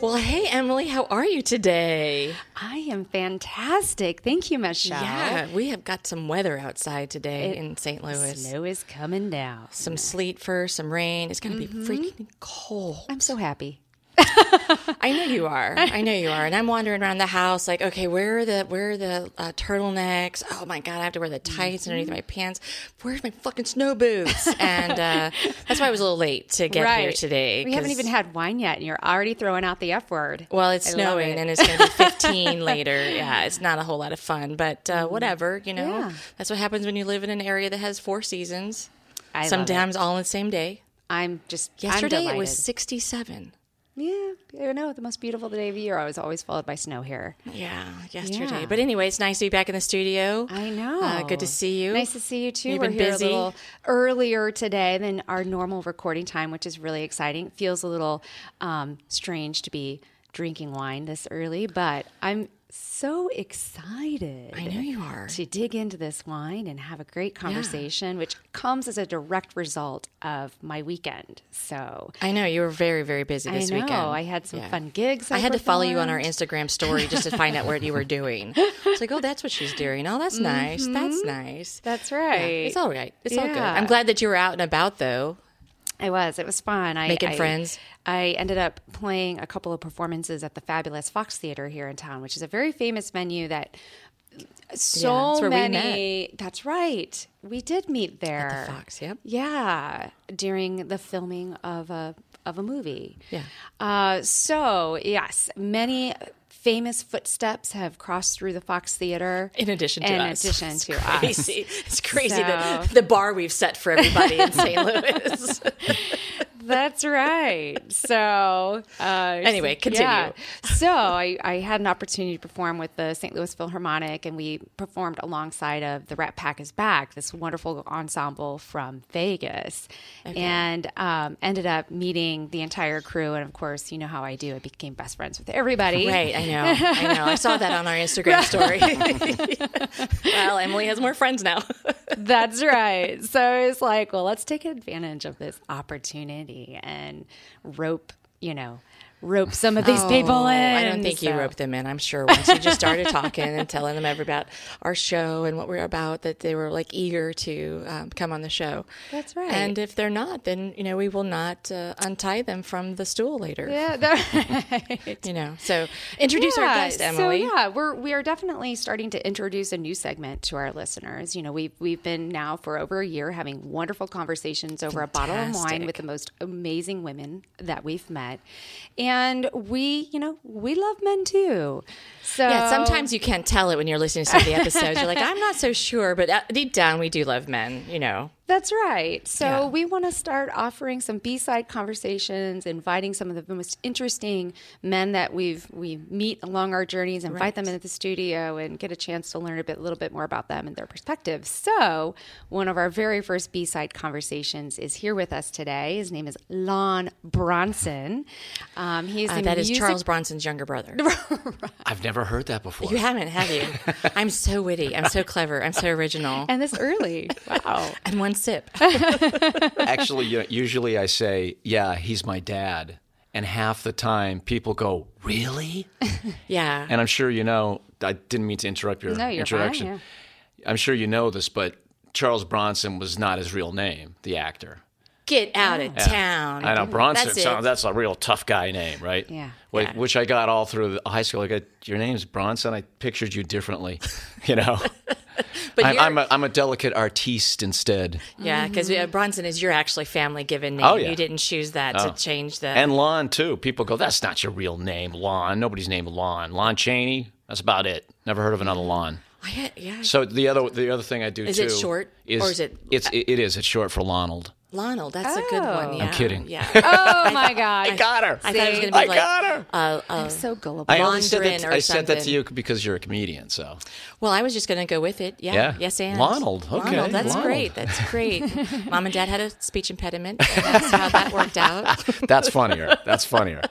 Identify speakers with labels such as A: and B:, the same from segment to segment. A: Well, hey, Emily, how are you today?
B: I am fantastic. Thank you, Michelle.
A: Yeah, we have got some weather outside today
B: It-
A: in St.
B: The
A: Louis.
B: Snow is coming down.
A: Some sleet first, some rain. It's going to be freaking cold.
B: I'm so happy.
A: I know you are. I know you are. And I'm wandering around the house, like, okay, where are the where are the uh, turtlenecks? Oh my god, I have to wear the tights underneath
B: Mm-hmm.
A: my pants. Where's my fucking snow boots? And uh, that's why I was a little late to get here today.
B: We haven't
A: 'cause-
B: even had wine yet, and you're already throwing out the F word.
A: Well, it's
B: I love
A: snowing
B: it.
A: and it's going to be 15 later. Yeah, it's not a whole lot of fun, but uh, whatever. You know,
B: Mm-hmm. Yeah.
A: that's what happens when you live in an area that has four seasons.
B: I love it.
A: sometimes all in the same day.
B: I'm just I'm
A: Yesterday it was
B: delighted.
A: 67.
B: Yeah, I know the most beautiful day of the year. I was always followed by snow here.
A: Yeah, yesterday.
B: Yeah.
A: But anyway, it's nice to be back in the studio.
B: I know.
A: Uh, good to see you.
B: Nice to see you too.
A: You've
B: We're
A: been
B: here
A: busy.
B: a little earlier today than our normal recording time, which is really exciting. It feels a little um, strange to be drinking wine this early, but I'm so excited.
A: I know you are.
B: To dig into this wine and have a great conversation, which comes as a direct result of my weekend. So
A: I know you were very very busy this
B: I know
A: weekend.
B: I had some fun gigs.
A: I had to follow you on our
B: performed.
A: Instagram story just to find out what you were doing. It's like, oh, that's what she's doing. Oh, that's nice. That's nice.
B: That's
A: Yeah,
B: Mm-hmm. right.
A: it's all right. It's all good.
B: Yeah.
A: I'm glad that you were out and about though.
B: I was. It was fun. I,
A: Making
B: I-
A: friends?
B: I ended up playing a couple of performances at the fabulous Fox Theater here in town, which is a very famous venue that
A: Yeah,
B: so
A: that's where we
B: many. That's right. We did meet there.
A: The fox. Yep.
B: Yeah, during the filming of a of a movie.
A: Yeah.
B: Uh, so yes, many famous footsteps have crossed through the Fox Theater.
A: In addition to
B: in
A: us.
B: addition
A: It's
B: to us.
A: crazy. It's crazy that the bar we've set for everybody in St. Louis.
B: That's right. So, uh,
A: Anyway, continue.
B: so I, I had an opportunity to perform with the St. Louis Philharmonic, and we performed alongside of the Rat Pack is Back, this wonderful ensemble from Vegas, and um, ended up meeting the entire crew. And of course, you know how I do. I became best friends with everybody.
A: Right, I know. I know. I saw that on our Instagram story. well, Emily has more friends now.
B: That's right. So I was like, well, let's take advantage of this opportunity and rope, you know, rope some of these people in.
A: Oh, I don't think you
B: So-
A: roped them in. I'm sure once you just started talking and telling them about our show and what we're about, that they were like eager to um, come on the show.
B: That's right.
A: And if they're not, then you know we will not uh, untie them from the stool later.
B: Yeah, that-
A: You know. So introduce our guest, Emily.
B: So yeah, we're we are definitely starting to introduce a new segment to our listeners. You know, we've we've been now for over a year having wonderful conversations over a bottle of wine
A: Fantastic.
B: with the most amazing women that we've met, and we you know we love men too. So
A: Yeah, sometimes you can't tell it when you're listening to some of the episodes. You're like, I'm not so sure, but uh, deep down, we do love men, you know.
B: That's right. So
A: Yeah.
B: we want to start offering some B-side conversations, inviting some of the most interesting men that we've we meet along our journeys, invite them into the studio and get a chance to learn a bit little bit more about them and their perspectives. So, one of our very first B-side conversations is here with us today. His name is Lon Bronson. Um, he's
A: Uh,
B: a
A: that is
B: music-
A: Charles Bronson's younger brother.
C: I've never heard that before.
A: You haven't, have you? I'm so witty. I'm so clever. I'm so original.
B: and this early. Wow.
A: And one sip.
C: Actually, you know, usually I say, "Yeah, he's my dad," and half the time people go, "Really?"
A: Yeah.
C: And I'm sure you know. I didn't mean to interrupt your
B: No, you're fine,
C: introduction. I'm sure you know this, but Charles Bronson was not his real name, the actor.
A: Get out of town.
C: I know Bronson.
A: That's
C: That's,
A: it.
C: that's a real tough guy name, right?
B: Yeah.
C: Which, which I got all through the high school. I got your name's Bronson. I pictured you differently. You know,
A: But
C: I'm,
A: you're-
C: I'm, a, I'm a delicate artiste instead.
A: yeah, because Bronson is your actually family given name.
C: Oh, yeah. Oh.
A: You didn't choose that to change the.
C: And Lon too. People go, that's not your real name, Lon. Nobody's named Lon. Lon Chaney. That's about it. Never heard of another Lon.
A: I had- yeah.
C: So the other the other thing I do
A: Is
C: too
A: it short? Or is it-
C: It's it, it is. It's short for Lonald.
A: Lionel, that's a good one.
B: Oh.
A: Yeah.
C: I'm kidding.
A: Yeah.
B: Oh my god!
C: I got her.
A: I thought it was
B: See?
A: going to be
C: I
A: like,
C: got her.
A: uh, uh,
B: so gullible.
C: I only said that.
A: Londrin or
C: I said that to
A: something.
C: you because you're a comedian. So
A: well, I was just going to go with it. Yeah.
C: Yeah.
A: Yes, and.
C: Lonald. Okay,
A: Lonald, That's
C: Lonald.
A: great. That's great. Mom and dad had a speech impediment. And that's how that worked out.
C: that's funnier. That's funnier.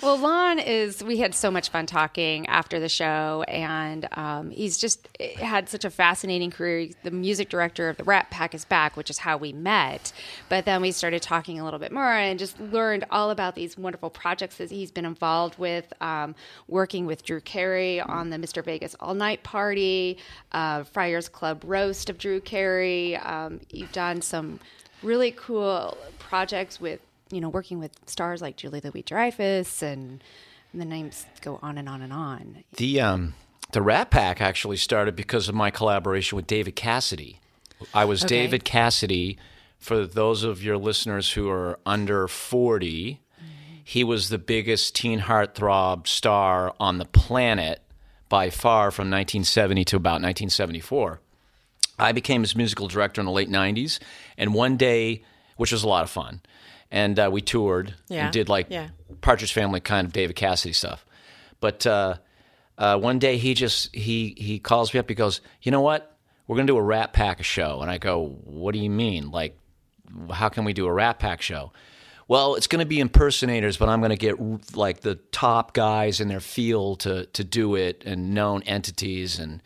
B: Well, Lon is, we had so much fun talking after the show, and um, he's just had such a fascinating career. He's The music director of the Rat Pack is back, which is how we met. But then we started talking a little bit more and just learned all about these wonderful projects that he's been involved with, um, working with Drew Carey on the Mr. Vegas All Night Party, uh, Friars Club Roast of Drew Carey. Um, you've done some really cool projects with you know, working with stars like Julie Louis Dreyfus and the names go on and on and on.
C: The um, the Rat Pack actually started because of my collaboration with David Cassidy. I was
A: Okay.
C: David Cassidy. For those of your listeners who are under forty, he was the biggest teen heartthrob star on the planet by far from 1970 to about 1974. I became his musical director in the late 90s. And one day, which was a lot of fun, and uh, we toured
A: Yeah,
C: and did like
A: yeah.
C: Partridge Family kind of David Cassidy stuff. But uh, uh, one day he just he he calls me up. He goes, "You know what? We're gonna do a Rat Pack show." And I go, "What do you mean? Like, how can we do a Rat Pack show?" Well, it's going to be impersonators, but I'm going to get like the top guys in their field to to do it and known entities and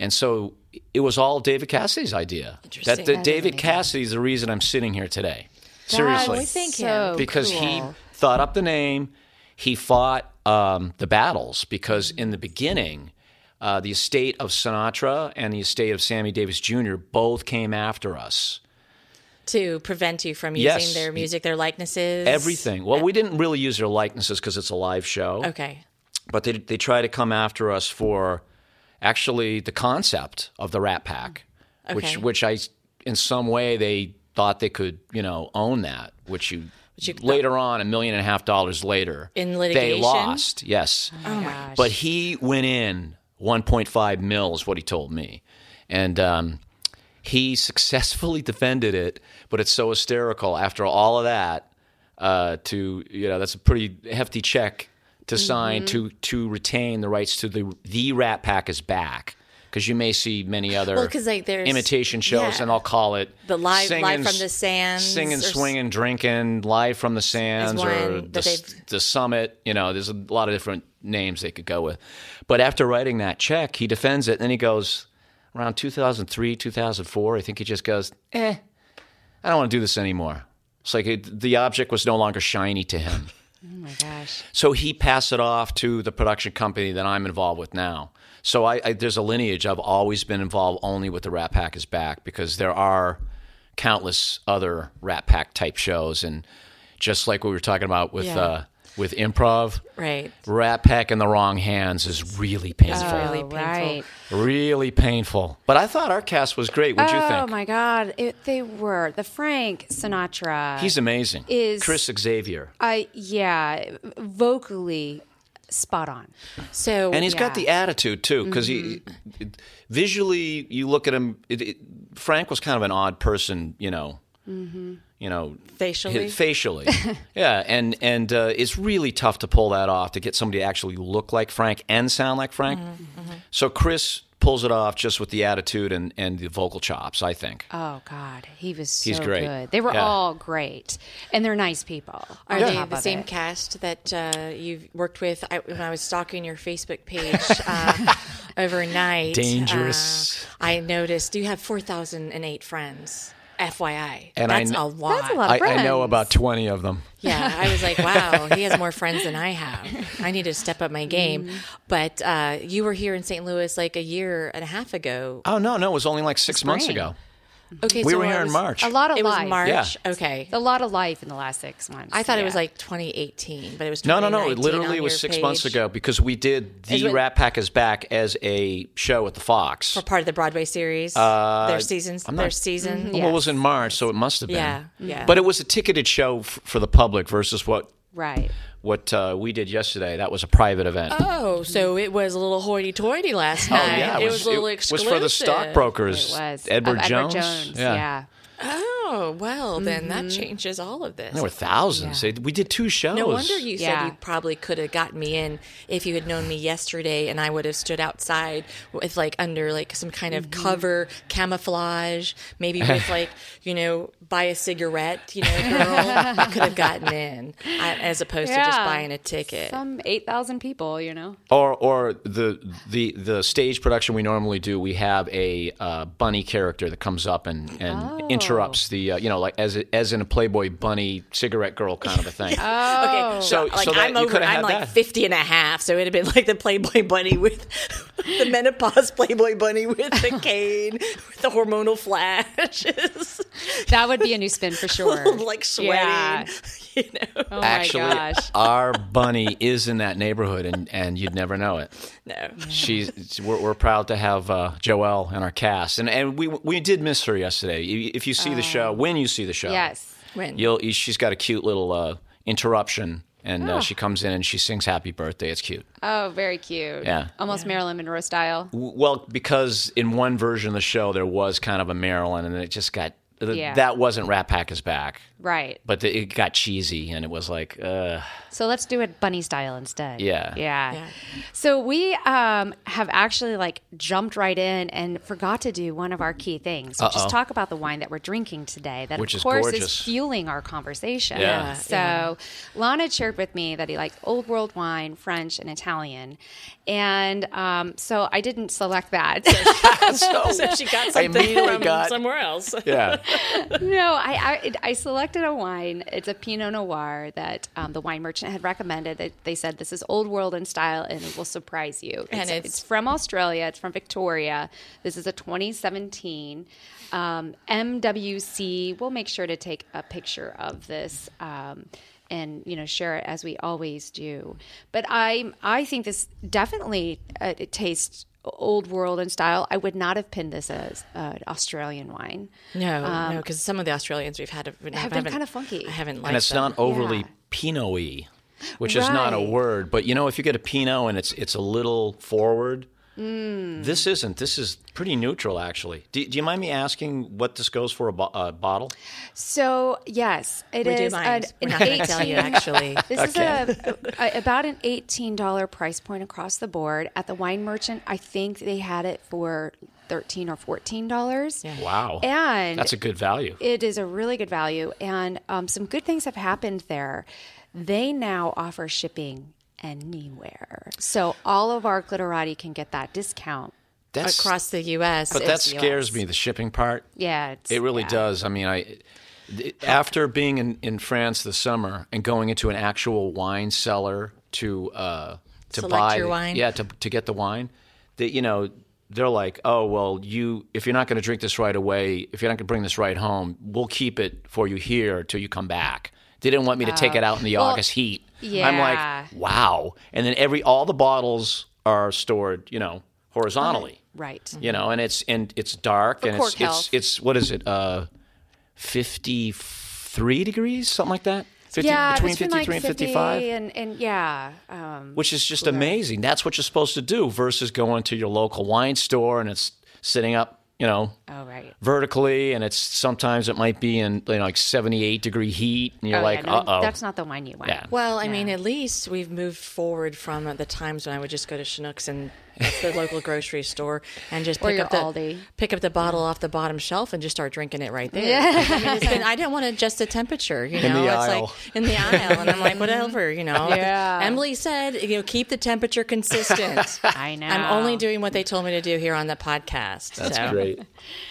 C: and so it was all David Cassidy's idea.
A: Interesting.
C: That, that
A: That is
C: David Cassidy's the reason I'm sitting here today. Seriously
A: we thank
B: so
A: him.
C: because he
B: cool.
C: thought up the name. He fought um, the battles because in the beginning, uh, the estate of Sinatra and the estate of Sammy Davis Jr. both came after us.
A: To prevent you from using
C: Yes.
A: their music, their likenesses.
C: Everything. Well, we didn't really use their likenesses because it's a live show,
A: Okay.
C: but they they try to come after us for actually the concept of the Rat Pack,
A: Okay.
C: which which I in some way they thought they could you know own that, which you.
A: you-
C: later on, a million and a half dollars later,
A: In
C: they
A: litigation?
C: lost. Yes,
A: Oh, my gosh.
C: But he went in 1.5 mil is what he told me, and um, he successfully defended it. But it's so hysterical after all of that uh, to you know that's a pretty hefty check to sign
A: Mm-hmm.
C: to to retain the rights to the the Rat Pack is back because you may see many other
A: Well, 'cause, like, there's-
C: imitation shows,
A: yeah.
C: and I'll call it
A: The Live- Live
C: singing-
A: from the Sands or
C: singing,
A: s-
C: swinging, drinking, live from the sands, or
A: one that
C: the,
A: they've-
C: the summit. You know, there's a lot of different names they could go with. But after writing that check, he defends it, and then he goes around 2003, 2004. I think he just goes, "Eh, I don't want to do this anymore." It's like it, the object was no longer shiny to him.
B: Oh my gosh.
C: So he passed it off to the production company that I'm involved with now. So I, I there's a lineage. I've always been involved only with the Rat Pack is back because there are countless other Rat Pack type shows, and just like we were talking about with
A: Yeah.
C: uh, with improv,
A: Right.
C: Rat Pack in the wrong hands is really painful,
B: Oh.
A: Really painful.
B: right.
C: really painful. But I thought our cast was great. What'd you
B: Oh
C: think?
B: my God. It, they were. The Frank Sinatra.
C: He's amazing.
B: Is-
C: Chris Xavier,
B: I, yeah, vocally spot on.
A: So,
C: and he's got
B: yeah. Mm-hmm.
C: the attitude too because he it- visually you look at him it, it, frank was kind of an odd person you know
B: Mm-hmm.
C: you know
A: Facially?
C: hi- facially yeah and and uh, it's really tough to pull that off to get somebody to actually look like frank and sound like frank
B: Mm-hmm.
C: so chris pulls it off just with the attitude and and the vocal chops i think
B: Oh God, he was so
C: He's great.
B: good. They were
C: Yeah.
B: all great, and they're nice people.
A: Are
B: on
A: they
B: top
A: the
B: of
A: same
B: it.
A: cast that uh, you've worked with? I, when I was stalking your Facebook page uh, overnight,
C: Dangerous.
A: uh, I noticed you have four thousand and eight friends. FYI,
C: And I
A: that's
C: kn-
A: a lot.
B: That's a lot.
C: I, I know
B: Uh, Friends.
C: about 20 of them
A: Yeah, I was like, wow, he has more friends than I have. I need to step up my
C: Mm.
A: game. But uh, you were here in St. Louis like a year and a half ago.
C: oh no no it was only like six months
B: Spring.
C: ago
A: Okay,
C: we
A: so
C: were
A: it
C: here in
A: was-
C: march
B: A lot of
A: It was
B: life.
A: March.
C: Yeah.
A: Okay.
B: A lot of life in the last six months.
A: I thought it was
B: Yeah.
A: like 2018, but it was
C: No, no, no. It
A: 2019
C: literally
A: on
C: was
A: your
C: six months
A: page
C: ago because we did The
A: Is what-
C: Rat Pack is Back as a show at the Fox.
A: for part of the Broadway series. their seasons,
C: not-
A: their season.
C: Well, it was in March, so it must have been.
A: Yeah, yeah.
C: But it was a ticketed show f- for the public versus what
B: right.
C: what uh, we did yesterday. That was a private event. Oh,
A: Oh, so it was a little hoity-toity last night.
C: yeah.
A: Oh, it, was, a little
C: it
A: exclusive.
C: was for the stockbrokers.
B: It was
C: Edward
B: Of
C: Jones.
B: Edward Jones. Yeah.
A: Oh, Oh, well, then that changes all of this.
C: There were thousands. They- We did two shows.
A: No wonder you
B: Yeah.
A: said you probably could have gotten me in if you had known me yesterday, and I would have stood outside with like under like some kind of cover camouflage, maybe with like you know buy a cigarette, you know, girl. I could have gotten in I, as opposed to just
B: Yeah.
A: buying a ticket.
B: Some 8,000 people, you know?
C: or or the the the stage production we normally do we have a uh, bunny character that comes up and and
B: Oh.
C: interrupts the uh, you know like as a, as in a playboy bunny cigarette girl kind of a thing
B: Oh
A: okay, so,
C: So-
A: like
C: so that-
A: I'm
C: you
A: over,
C: could have
A: I'm
C: had
A: like
C: that.
A: 50 and a half, so it'd have been like the Playboy Bunny with the menopause Playboy Bunny with the cane, with the hormonal flashes.
B: That would be a new spin for sure.
A: like sweating,
B: Yeah.
A: you know.
B: Oh
C: actually
B: my gosh.
C: our bunny is in that neighborhood and and you'd never know it
A: No.
C: she's we're, we're proud to have uh, Joelle in our cast and and we we did miss her yesterday if you see the show when you see the show
B: Oh. Yes.
A: When
C: you'll she's got a cute little uh, interruption and uh, she comes in and she sings happy birthday it's cute
B: Oh, very cute.
C: Yeah.
B: Almost Marilyn Monroe style.
C: Well, because in one version of the show there was kind of a Marilyn, and it just got th-
B: Yeah.
C: that wasn't Rat Pack is back,
B: Right.
C: but the, it got cheesy, and it was like, uh,
B: So let's do it bunny style instead.
C: Yeah.
B: Yeah.
A: Yeah.
B: So we um, have actually like jumped right in and forgot to do one of our key things, which
C: Uh-oh.
B: is talk about the wine that we're drinking today. That
C: Which
B: of
C: is
B: course
C: gorgeous.
B: is fueling our conversation.
C: Yeah. Yeah,
B: So Lana shared with me that he likes old world wine, French and Italian. And um, so I didn't select that.
A: so she got
C: I
A: something
C: immediately
A: from
C: got-
A: somewhere else.
C: yeah,
B: No, I, I it- I selected a wine. It's a Pinot Noir that um, the wine merchant had recommended. That they said this is old world in style and it will surprise you. It's,
A: it's-
B: it's from Australia. It's from Victoria. This is a 2017 um, MWC. We'll make sure to take a picture of this. Um, and you know share it as we always do but i i think this definitely uh, it tastes old world in style i would not have pinned this as uh, an australian wine
A: No, no, because some of the Australians we've had have,
B: Um, Have been kind of funky.
A: I haven't liked
C: and it's
A: them.
C: not overly
B: Yeah.
C: Pinoy, which is not a
B: Right.
C: word, but you know, if you get a Pinot and it's it's a little forward.
B: Mm.
C: This isn't. This is pretty neutral, actually. Do, do you mind me asking what this goes for a, bo- a bottle?
B: So yes, it
A: We
B: is.
A: do mind.
B: an-
A: We're
B: an
A: not going to tell you
B: 18
A: actually.
B: This is a, a- about an eighteen dollar price point across the board at the wine merchant. I think they had it for thirteen or fourteen dollars.
C: Wow,
B: And
C: that's a good value.
B: it is a really good value, and um, some good things have happened there. They now offer shipping anywhere, so all of our glitterati can get that discount.
C: That's
A: across the U.S.
C: but that
A: it's-
C: scares me. The shipping part.
B: Yeah, it's,
C: It really
B: yeah.
C: does. I mean, I th- after being in, in France this summer and going into an actual wine cellar to uh, to
A: Select
C: buy
A: your wine?
C: yeah, to to get the wine, that you know they're like, oh well, you if you're not going to drink this right away, if you're not going to bring this right home, we'll keep it for you here till you come back. They didn't want me to take
A: Uh,
C: it out in the August heat. I'm
B: yeah.
C: like, wow. And then every all the bottles are stored, you know, horizontally
B: Right.
C: you know, and it's and it's dark and
B: cork
C: it's, it's
B: health.
C: it's what is it? Uh, fifty three degrees, something like that. 50,
B: yeah,
C: between fifty three and fifty five,
B: and, and yeah, um,
C: which is just amazing. That's what you're supposed to do versus going to your local wine store and it's sitting up, you know,
B: oh right.
C: vertically, and it's sometimes it might be in you know like seventy eight degree heat, and you're
B: Oh,
C: like,
B: yeah, no,
C: uh oh,
B: That's not the wine you want.
C: Yeah.
A: Well, I mean, at least we've moved forward from the times when I would just go to Chinooks and the local grocery store and just
B: Or
A: pick
B: your
A: up the
B: Aldi.
A: pick up the bottle off the bottom shelf and just start drinking it right there. I, mean, it's been- I didn't want to adjust the temperature, you know.
C: the
A: it's
C: aisle.
A: like in the aisle, and I'm like, whatever, you know.
B: Yeah.
A: Emily said, you know, keep the temperature consistent.
B: I know.
A: I'm only doing what they told me to do here on the podcast. so.
C: great.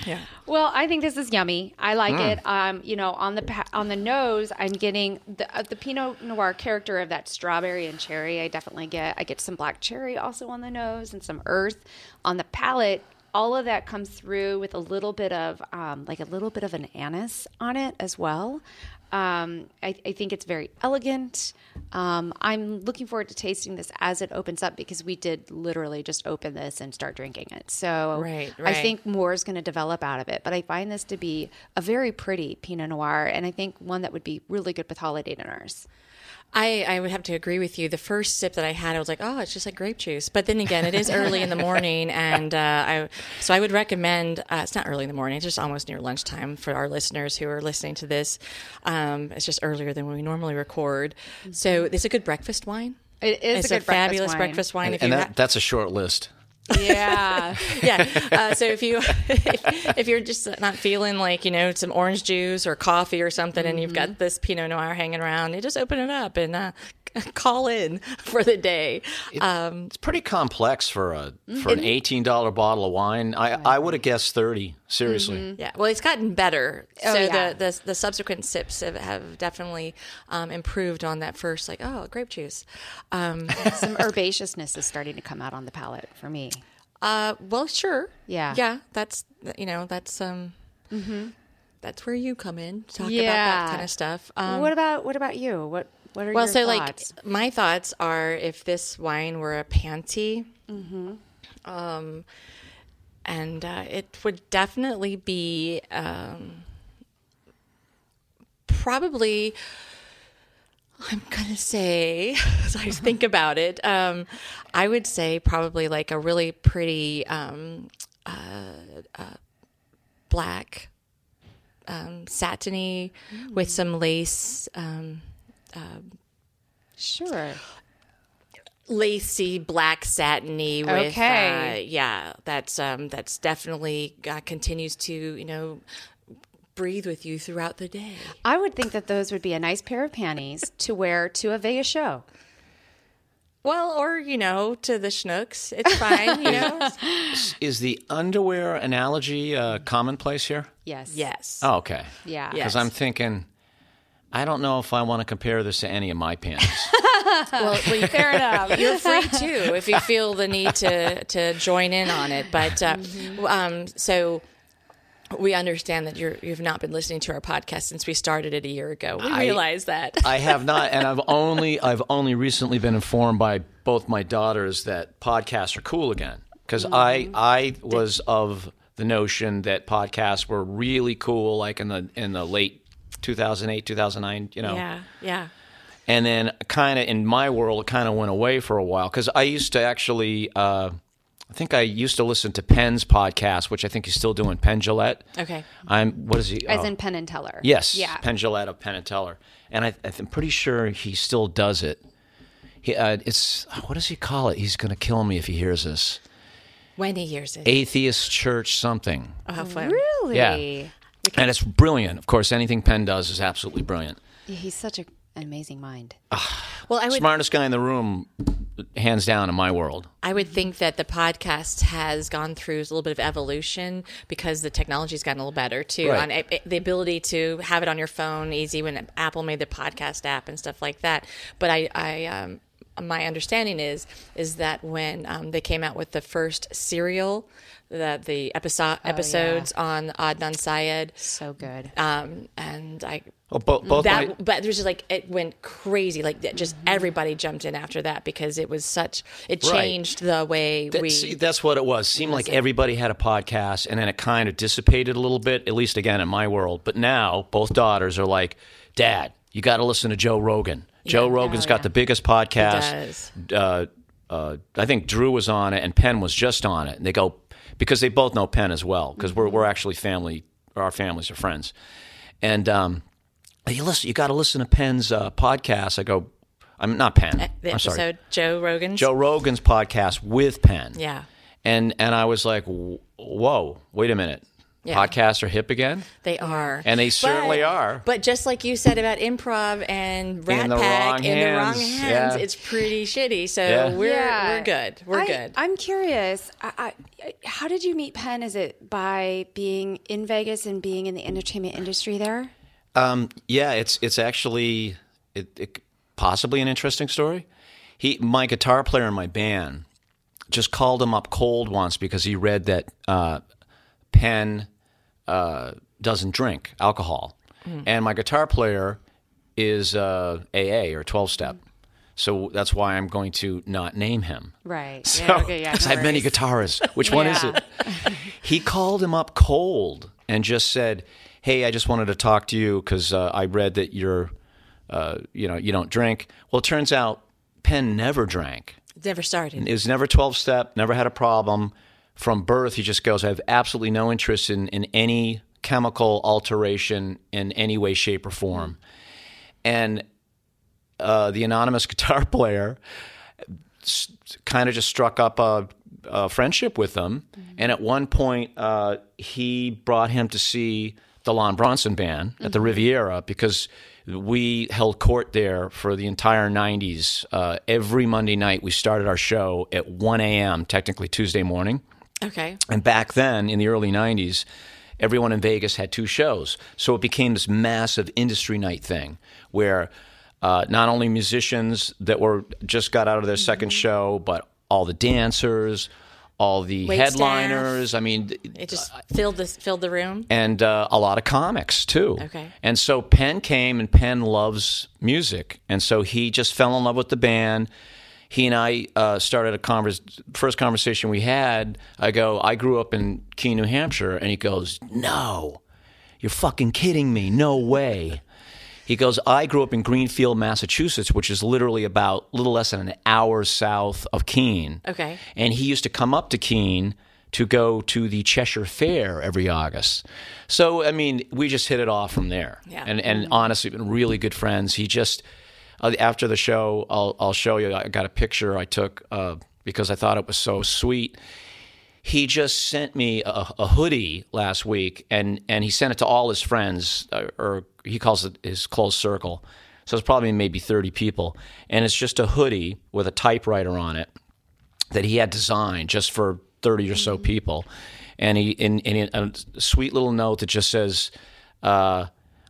A: Yeah.
B: Well, I think this is yummy. I like
A: Mm.
B: it. Um, you know, on the pa- on the nose, I'm getting the uh, the Pinot Noir character of that strawberry and cherry. I definitely get. I get some black cherry also on the nose and some earth on the palate. All of that comes through with a little bit of um, like a little bit of an anise on it as well. Um, I, I think it's very elegant. Um, I'm looking forward to tasting this as it opens up because we did literally just open this and start drinking it. So
A: Right,
B: I
A: right.
B: think more is going to develop out of it. But I find this to be a very pretty Pinot Noir, and I think one that would be really good with holiday dinners.
A: I, I would have to agree with you. The first sip that I had, I was like, oh, it's just like grape juice. But then again, it is early in the morning, and uh, I so I would recommend. Uh, it's not early in the morning; it's just almost near lunchtime for our listeners who are listening to this. Um, it's just earlier than when we normally record. So it's a good breakfast wine.
B: Mm-hmm. It is
A: it's
B: a
A: a,
B: good breakfast
A: fabulous
B: wine.
A: breakfast wine.
C: and
A: you
C: that,
A: ha-
C: that's a short list.
B: Yeah.
A: yeah. Uh, so if you if, you're just not feeling like you know some orange juice or coffee or something, and you've
B: Mm-hmm.
A: got this Pinot Noir hanging around, you just open it up and uh, call in for the day. Um,
C: It's pretty complex for a
B: Mm-hmm.
C: for an eighteen dollar bottle of wine. I, I would have guessed thirty. Seriously,
B: Mm-hmm.
A: yeah. Well, it's gotten better.
B: Oh,
A: so
B: yeah.
A: the, the the subsequent sips have, have definitely um, improved on that first. Like oh, grape juice. Um,
B: Some herbaceousness is starting to come out on the palate for me.
A: uh, well, sure.
B: Yeah. Mm-hmm.
A: Yeah. That's you know that's um. That's where you come in. Talk about
B: Yeah.
A: that kind of stuff. Um,
B: what about what about you? What what are
A: well
B: your
A: so
B: thoughts?
A: like my thoughts are if this wine were a panty um
B: Mm-hmm.
A: and uh, it would definitely be um probably i'm gonna say as i think about it um i would say probably like a really pretty um uh, uh black um satiny with
B: Mm.
A: some lace um
B: sure.
A: lacy black satiny with
B: Okay.
A: uh, yeah that's um that's definitely uh, continues to you know breathe with you throughout the day
B: I would think that those would be a nice pair of panties to wear to a Vegas show.
A: well or you know to the schnooks it's fine you know
C: is the underwear analogy uh, commonplace here?
B: Yes.
A: yes
C: Oh, okay.
B: Yeah.
A: Yeah.
C: Because I'm thinking, I don't know if I want to compare this to any of my panties.
A: well, well, you-
B: Fair enough.
A: you're free too if you feel the need to to join in on it but uh, um so we understand that you're you've not been listening to our podcast since we started it a year ago we
C: I-
A: realize that
C: I have not, and I've only I've only recently been informed by both my daughters that podcasts are cool again. Because I I was of the notion that podcasts were really cool, like in the in the late 2008 2009, you know.
A: yeah yeah
C: and then kind of in my world it kind of went away for a while because i used to actually uh, i think i used to listen to penn's podcast which i think he's still doing penn gillette
A: Okay.
C: i'm what is he
B: As
C: oh,
B: in Penn and Teller.
C: yes
B: Yeah.
C: penn gillette of penn and teller and I, i'm pretty sure he still does it he, uh, it's what does he call it he's going to kill me if he hears this
A: when he hears it
C: atheist church something
A: oh, how fun.
B: really?
C: yeah and it's brilliant of course anything penn does is absolutely brilliant
B: Yeah, He's such a, an amazing mind.
A: well i would
C: smartest guy in the room hands down in my world
A: I would think that the podcast has gone through a little bit of evolution because the technology's gotten a little better too.
C: Right.
A: On a- the ability to have it on your phone easy when Apple made the podcast app and stuff like that. But I, I um, my understanding is is that when um, they came out with the first serial, the the episode episodes on Adnan Syed,
B: So good.
A: um, and I
C: Well, bo- both
A: that
C: my- Mm-hmm.
A: but there's just like it went crazy like that just everybody jumped in after that because it was such it
C: Right.
A: changed the way
C: that-
A: we
C: see, that's what it was. Seemed like everybody had a podcast, and then it kind of dissipated a little bit. At least again in my world. But now both daughters are like, "Dad, you got to listen to Joe Rogan. Joe Rogan's got the biggest podcast. Uh, uh, I think Drew was on it, and Penn was just on it. And they go because they both know Penn as well because we're
A: Mm-hmm.
C: we're actually family. Or our families are friends, and um, you listen. You got to listen to Penn's uh, podcast. I go. I'm not Penn.
A: Uh, the
C: I'm
A: episode
C: sorry.
A: Joe Rogan
C: Joe Rogan's podcast with Penn.
A: Yeah.
C: And and I was like, "Wh- whoa, wait a minute. Podcasts are hip again?
A: they are
C: And they certainly
A: But-
C: are.
A: but just like you said about improv and Rat
C: the
A: Pack
C: wrong
A: in the wrong
C: hands.
A: hands
C: Yeah.
A: it's pretty shitty so
C: Yeah.
A: we're
B: Yeah.
A: we're good we're
B: I-
A: good
B: I'm curious. I, I, I- how did you meet Penn? Is it by being in Vegas and being in the entertainment industry there?
C: Um, yeah, it's it's actually it, it, possibly an interesting story. He, my guitar player in my band, just called him up cold once because he read that uh, Penn uh, doesn't drink alcohol, and my guitar player is uh, AA or twelve step, so that's why I'm going to not name him.
B: Right.
C: So, 'cause I have many guitarists. Which one is
B: Yeah.
C: it? He called him up cold and just said, "Hey, I just wanted to talk to you because uh, I read that you're uh, you know, you don't drink. Well, it turns out Penn never drank.
A: Never started.
C: It was never 12 step, never had a problem. From birth, he just goes, I have absolutely no interest in, in any chemical alteration in any way, shape, or form. And uh, the anonymous guitar player s- kind of just struck up a, a friendship with him. And at one point, uh, he brought him to see the Lon Bronson band at the Riviera because we held court there for the entire 90s. Uh, every Monday night, we started our show at 1 a.m., technically Tuesday morning.
A: Okay.
C: And back then, in the early 90s, everyone in Vegas had two shows. So it became this massive industry night thing where uh, not only musicians that were just got out of their second show, but all the dancers, all the
A: Waitstaff.
C: headliners. Uh, I mean,
A: It just filled the filled the room.
C: and uh, a lot of comics too.
A: Okay.
C: And so Penn came, and Penn loves music, and so he just fell in love with the band. He and I uh, started a convers- first conversation we had. I go, I grew up in Keene, New Hampshire, and he goes, No, you're fucking kidding me, no way. He goes, I grew up in Greenfield, Massachusetts, which is literally about little less than an hour south of Keene.
A: Okay.
C: And he used to come up to Keene to go to the Cheshire Fair every August. So, I mean, we just hit it off from there.
A: Yeah.
C: And, and honestly, been really good friends. He just, uh, after the show, I'll, I'll show you. I got a picture I took uh, because I thought it was so sweet. He just sent me a, a hoodie last week, and, and he sent it to all his friends, uh, or he calls it his close circle. So it's probably maybe 30 people. And it's just a hoodie with a typewriter on it that he had designed just for 30 or
A: Mm-hmm.
C: so people. And he, in, in a sweet little note that just says, uh,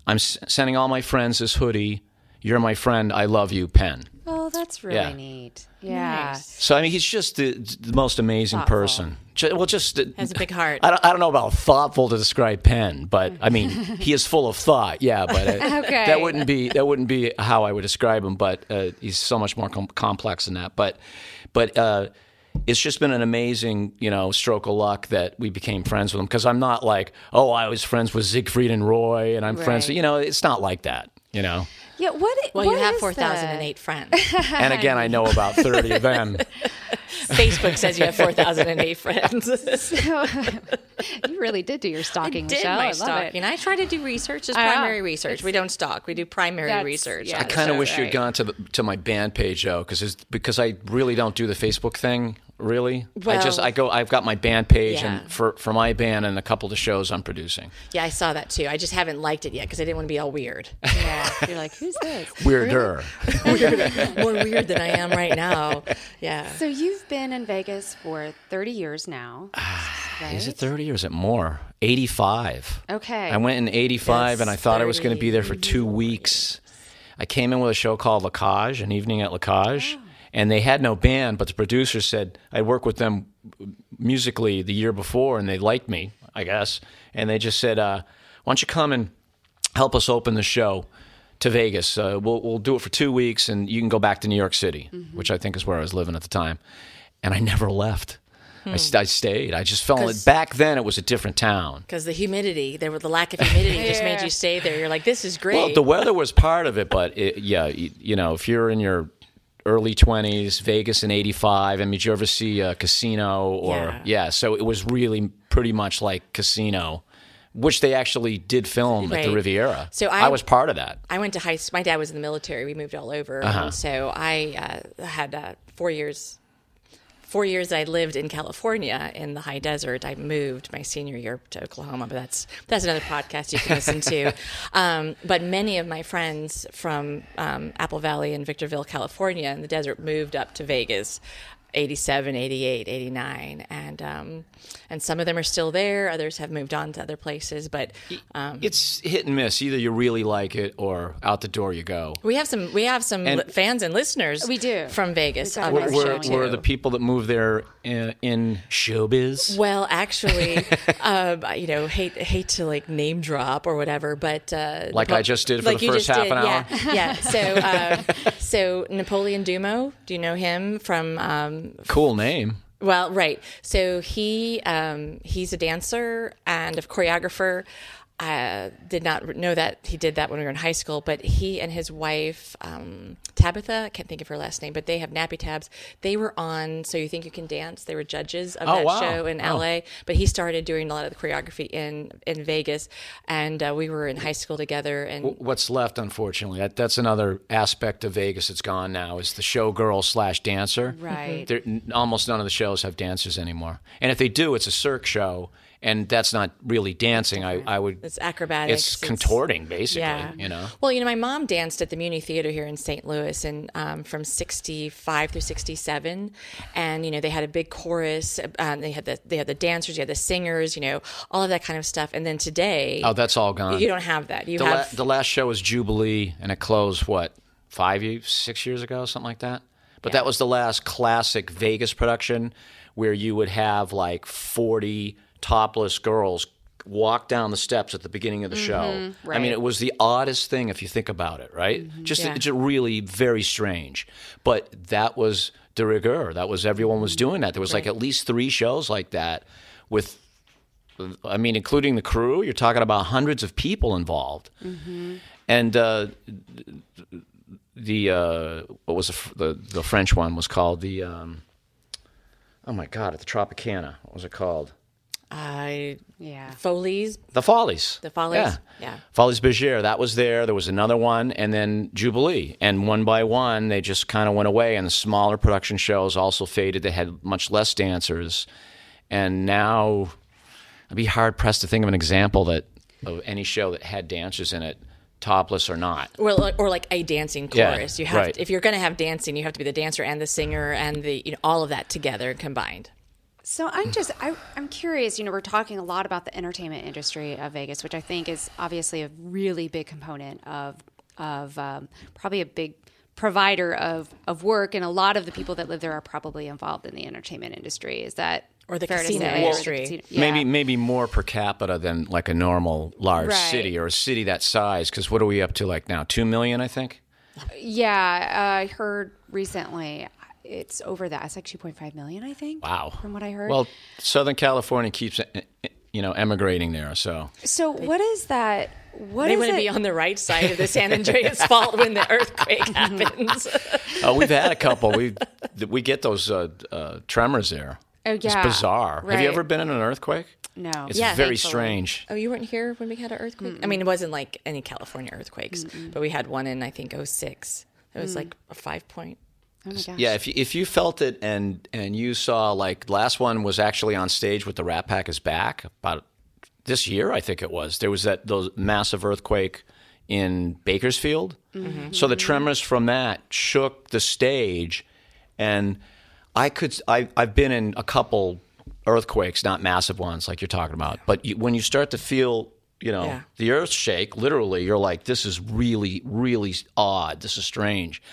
C: I'm s- sending all my friends this hoodie. You're my friend. I love you, Penn.
B: Oh, that's really
C: Yeah.
B: neat. Yeah.
C: So, I mean, he's just the, the most amazing person. Ju- well, just
A: Has a big heart.
C: I don't, I don't know about thoughtful to describe Penn, but I mean, he is full of thought. Yeah, but uh, it,
B: Okay.
C: that wouldn't be that wouldn't be how I would describe him. But uh, he's so much more com- complex than that. But but uh, it's just been an amazing you know stroke of luck that we became friends with him because I'm not like oh I was friends with Siegfried and Roy and I'm friends
B: Right.
C: you know it's not like that you know.
B: Yeah. What?
A: Well,
B: what
A: you have
B: is
A: four thousand and
B: that?
A: eight friends.
C: And again, I know about thirty of them.
A: Facebook says you have four thousand and eight friends.
B: You really did do your stalking,
A: did
B: Michelle. I
A: my
B: love
A: stalking.
B: it.
A: I try to do research as
B: I know.
A: primary research. We don't stalk. We do primary
B: That's-
A: research.
B: yeah,
A: on
C: I
A: the
C: kind of
A: show.
C: wish
B: right.
C: you'd gone to the, to my band page though, because because I really don't do the Facebook thing. Really, I just
A: Well-
C: I go. I've got my band page,
A: Yeah.
C: and for for my band and a couple of the shows I'm producing.
A: Yeah, I saw that too. I just haven't liked it yet because I didn't want to be all weird,
B: Yeah. You're like, who's this?
C: Weirder.
A: more weird than I am right now. Yeah.
B: So you've been in Vegas for 30 years now. Right?
C: Is it thirty or is it more? Eighty five.
B: Okay.
C: I went in eighty five, and I
A: That's
C: thought I was going to be there for two weeks. I came in with a show called Lacage, an evening at Lacage, and they had no band, but the producer said I worked with them musically the year before, and they liked me, I guess, and they just said, uh, "Why don't you come and help us open the show to Vegas? Uh, we'll we'll do it for two weeks, and you can go back to New York City, which I think is where I was living at the time." And I never left. I, st- I stayed. I just fell in.
A: 'Cause-
C: Back then, it was a different town.
A: Because the humidity, there were the lack of humidity, just made you stay there. You're like, this is great.
C: Well, the weather was part of it, but it, yeah, you, you know, if you're in your early 20s, Vegas in 85, I mean, did you ever see a casino or
A: Yeah.
C: yeah. so it was really pretty much like casino, which they actually did film at the
A: Right.
C: Riviera.
A: So I-
C: I was part of that.
A: I went to high school. My dad was in the military. We moved all over, and so I uh, had uh, four years. Four years I lived in California in the high desert. I moved my senior year to Oklahoma, but that's that's another podcast you can listen to. Um, but many of my friends from um, Apple Valley and Victorville, California, in the desert, moved up to Vegas. 87, 88, 89, and um, and some of them are still there. Others have moved on to other places, but um,
C: It's hit and miss. Either you really like it or out the door you go.
A: We have some we have some li- fans and listeners.
B: We do.
A: from Vegas.
B: We've got
A: on
B: a
A: our
B: nice
A: show,
C: Were,
B: showing.
C: were
A: too.
C: the people that moved there in, in showbiz?
A: well, actually, um, I, you know, hate hate to like name drop or whatever, but uh,
C: Like I just did for
A: like
C: the
A: you
C: first
A: just
C: half an
A: did, Yeah, yeah. So, uh, so Napoleon Dumo, do you know him from um,
C: Cool name.
A: Well, right. So he um, he's a dancer and a choreographer. I did not know that he did that when we were in high school, but he and his wife, um, Tabitha, I can't think of her last name, but they have nappy tabs. They were on So You Think You Can Dance. They were judges of
C: Oh,
A: that
C: wow.
A: show in
C: Oh.
A: LA, but he started doing a lot of the choreography in, in Vegas. And uh, we were in high school together. And
C: What's left, unfortunately, that, that's another aspect of Vegas that's gone now is the showgirl slash dancer.
A: Mm-hmm. Right.
C: There, n- almost none of the shows have dancers anymore, and if they do, it's a cirque show, and that's not really dancing. I, I would.
A: it's acrobatics.
C: It's contorting, basically. You know.
A: Well, you know, my mom danced at the Muni Theater here in St. Louis, and um, from '65 through '67, and you know, they had a big chorus. Um, they had the they had the dancers, you had the singers, you know, all of that kind of stuff. And then today,
C: Oh, that's all gone.
A: you don't have that. You
C: the,
A: have
C: la- the last show was Jubilee, and it closed what five, ye- six years ago, something like that. But that was the last classic Vegas production where you would have like forty topless girls walk down the steps at the beginning of the show. I mean, it was the oddest thing if you think about it, right? Just
A: Yeah.
C: it's really very strange. But that was de rigueur. That was everyone was doing that. There was like at least three shows like that with I mean, including the crew, you're talking about hundreds of people involved. And uh, the uh, what was the, fr- the the French one was called the um, oh my god at the Tropicana what was it called
A: uh,
B: Yeah.
A: Foley's.
C: the Follies
A: The Follies?
C: yeah,
A: Yeah.
C: Follies Bergère that was there there was another one and then Jubilee and one by one they just kind of went away and the smaller production shows also faded they had much less dancers and now I'd be hard pressed to think of an example that of any show that had dancers in it topless or not
A: Or, li- or like a dancing
C: Yeah,
A: chorus. you have
C: right.
A: to, if you're going to have dancing, you have to be the dancer and the singer and the you know all of that together combined.
B: So I'm just I, I'm curious. You know, we're talking a lot about the entertainment industry of Vegas, which I think is obviously a really big component of of um, probably a big provider of of work, and a lot of the people that live there are probably involved in the entertainment industry. Is that
A: Or the
B: fair to
A: casino
B: say? Or
A: industry.
B: yeah.
C: Maybe maybe more per capita than like a normal large
B: Right.
C: city or a city that size. Because what are we up to like now? Two million, I think.
B: Yeah, uh, I heard recently it's over that. It's like 2.5 million, I think.
C: Wow.
B: From what I heard.
C: Well, Southern California keeps eh, eh, you know emigrating there. So
B: so what is that? What
A: They
B: is
A: want to
B: it?
A: be on the right side of the San Andreas Fault when the earthquake happens.
C: uh, we've had a couple. We we get those uh, uh, tremors there.
B: Oh,
C: It's
B: yeah.
C: bizarre. Have
B: Right.
C: you ever been in an earthquake?
B: no.
C: It's
A: Yeah,
C: very
A: thankfully.
C: strange.
A: Oh, you weren't here when we had an earthquake? I mean, it wasn't like any California earthquakes, but we had one in, I think, 06. It was like a five point.
B: oh my gosh.
C: Yeah, if you, if you felt it and and you saw like last one was actually on stage with the Rat Pack is back about this year I think it was. There was that those massive earthquake in Bakersfield.
B: Mm-hmm.
C: So the tremors from that shook the stage and I could I I've been in a couple earthquakes, not massive ones like you're talking about, but you, when you start to feel you know
A: Yeah.
C: the earth shake literally you're like this is really really odd this is strange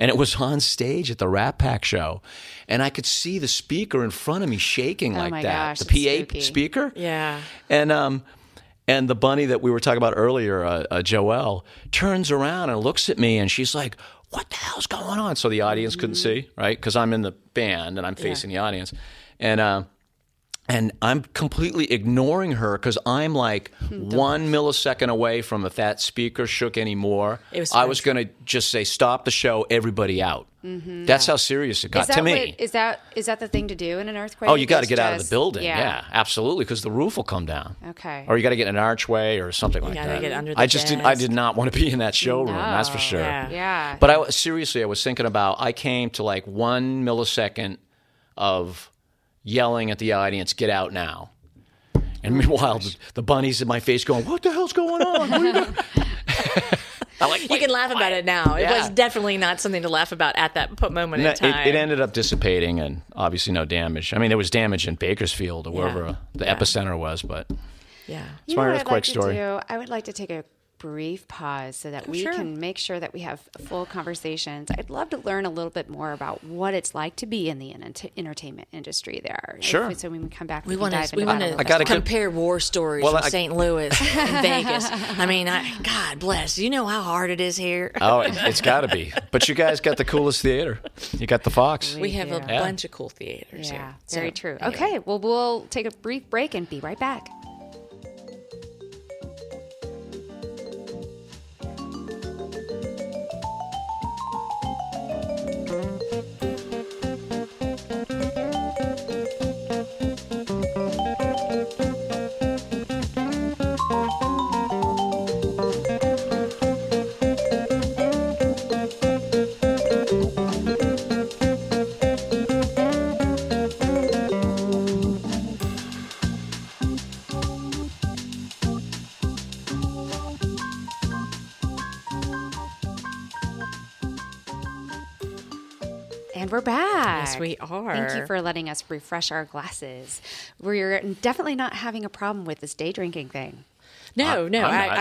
C: and it was on stage at the rat pack show and i could see the speaker in front of me shaking like
B: Oh my
C: that
B: gosh,
C: the
B: that's
C: pa
B: spooky.
C: speaker
A: Yeah.
C: and um and the bunny that we were talking about earlier uh, uh, joelle turns around and looks at me and she's like what the hell's going on so the audience couldn't
B: Mm-hmm.
C: see right because i'm in the band and i'm facing the audience and uh, and I'm completely ignoring her because I'm like one millisecond away from if that speaker shook anymore,
A: It was
C: I was going to just say, stop the show, everybody out. That's how serious it
B: Mm-hmm. Is
C: got
B: that
C: to me.
B: what- is that is that the thing to do in an earthquake?
C: oh, you got to
B: Is
C: get out of the
B: just-
C: building. Yeah, absolutely, because the roof will come down.
B: Okay.
C: Or you got to get in an archway or something like
A: gotta
C: that.
A: get under
C: I
A: the
C: just didn't, I
A: desk.
C: did not want to be in that showroom, that's for
B: No.
C: sure.
A: Yeah.
B: Yeah.
C: But I was- seriously, I was thinking about. I came to like one millisecond of yelling at the audience, "Get out now!" And meanwhile, the, the bunny's in my face, going, "What the hell's going on?" What are you doing?" I like.
A: You can laugh about it now. It
C: Yeah.
A: was definitely not something to laugh about at that po- moment in
C: It,
A: time.
C: it ended up dissipating, and obviously no damage. I mean, there was damage in Bakersfield or wherever
A: Yeah.
C: the
A: Yeah.
C: epicenter was, but
A: yeah.
B: You
C: my
B: know what I'd
C: earthquake
B: like to
C: story.
B: do? I would like to take a brief pause so
C: Oh,
B: that we
A: sure.
B: can make sure that we have full conversations. I'd love to learn a little bit more about what it's like to be in the ent- entertainment industry there. If-
C: Sure.
B: so when we come back, we,
A: We
B: can
A: want
B: dive
A: to we
B: into
A: want
B: that a
A: to
B: little
C: gotta get-
A: compare war stories
C: Well,
A: from
C: I-
A: St. Louis, and Vegas. I mean, I, God bless. You know how hard it is here.
C: oh, it, it's got to be. But you guys got the coolest theater. You got the Fox.
A: we have a
B: Yeah.
A: bunch of cool theaters
B: bit.
A: here.
B: Yeah,
A: So,
B: very true.
A: anyway.
B: Okay, well, we'll take a brief break and be right back. And we're back.
A: Yes, we are.
B: Thank you for letting us refresh our glasses. We're definitely not having a problem with this day drinking thing.
A: No, no, I,
C: I'm
A: I,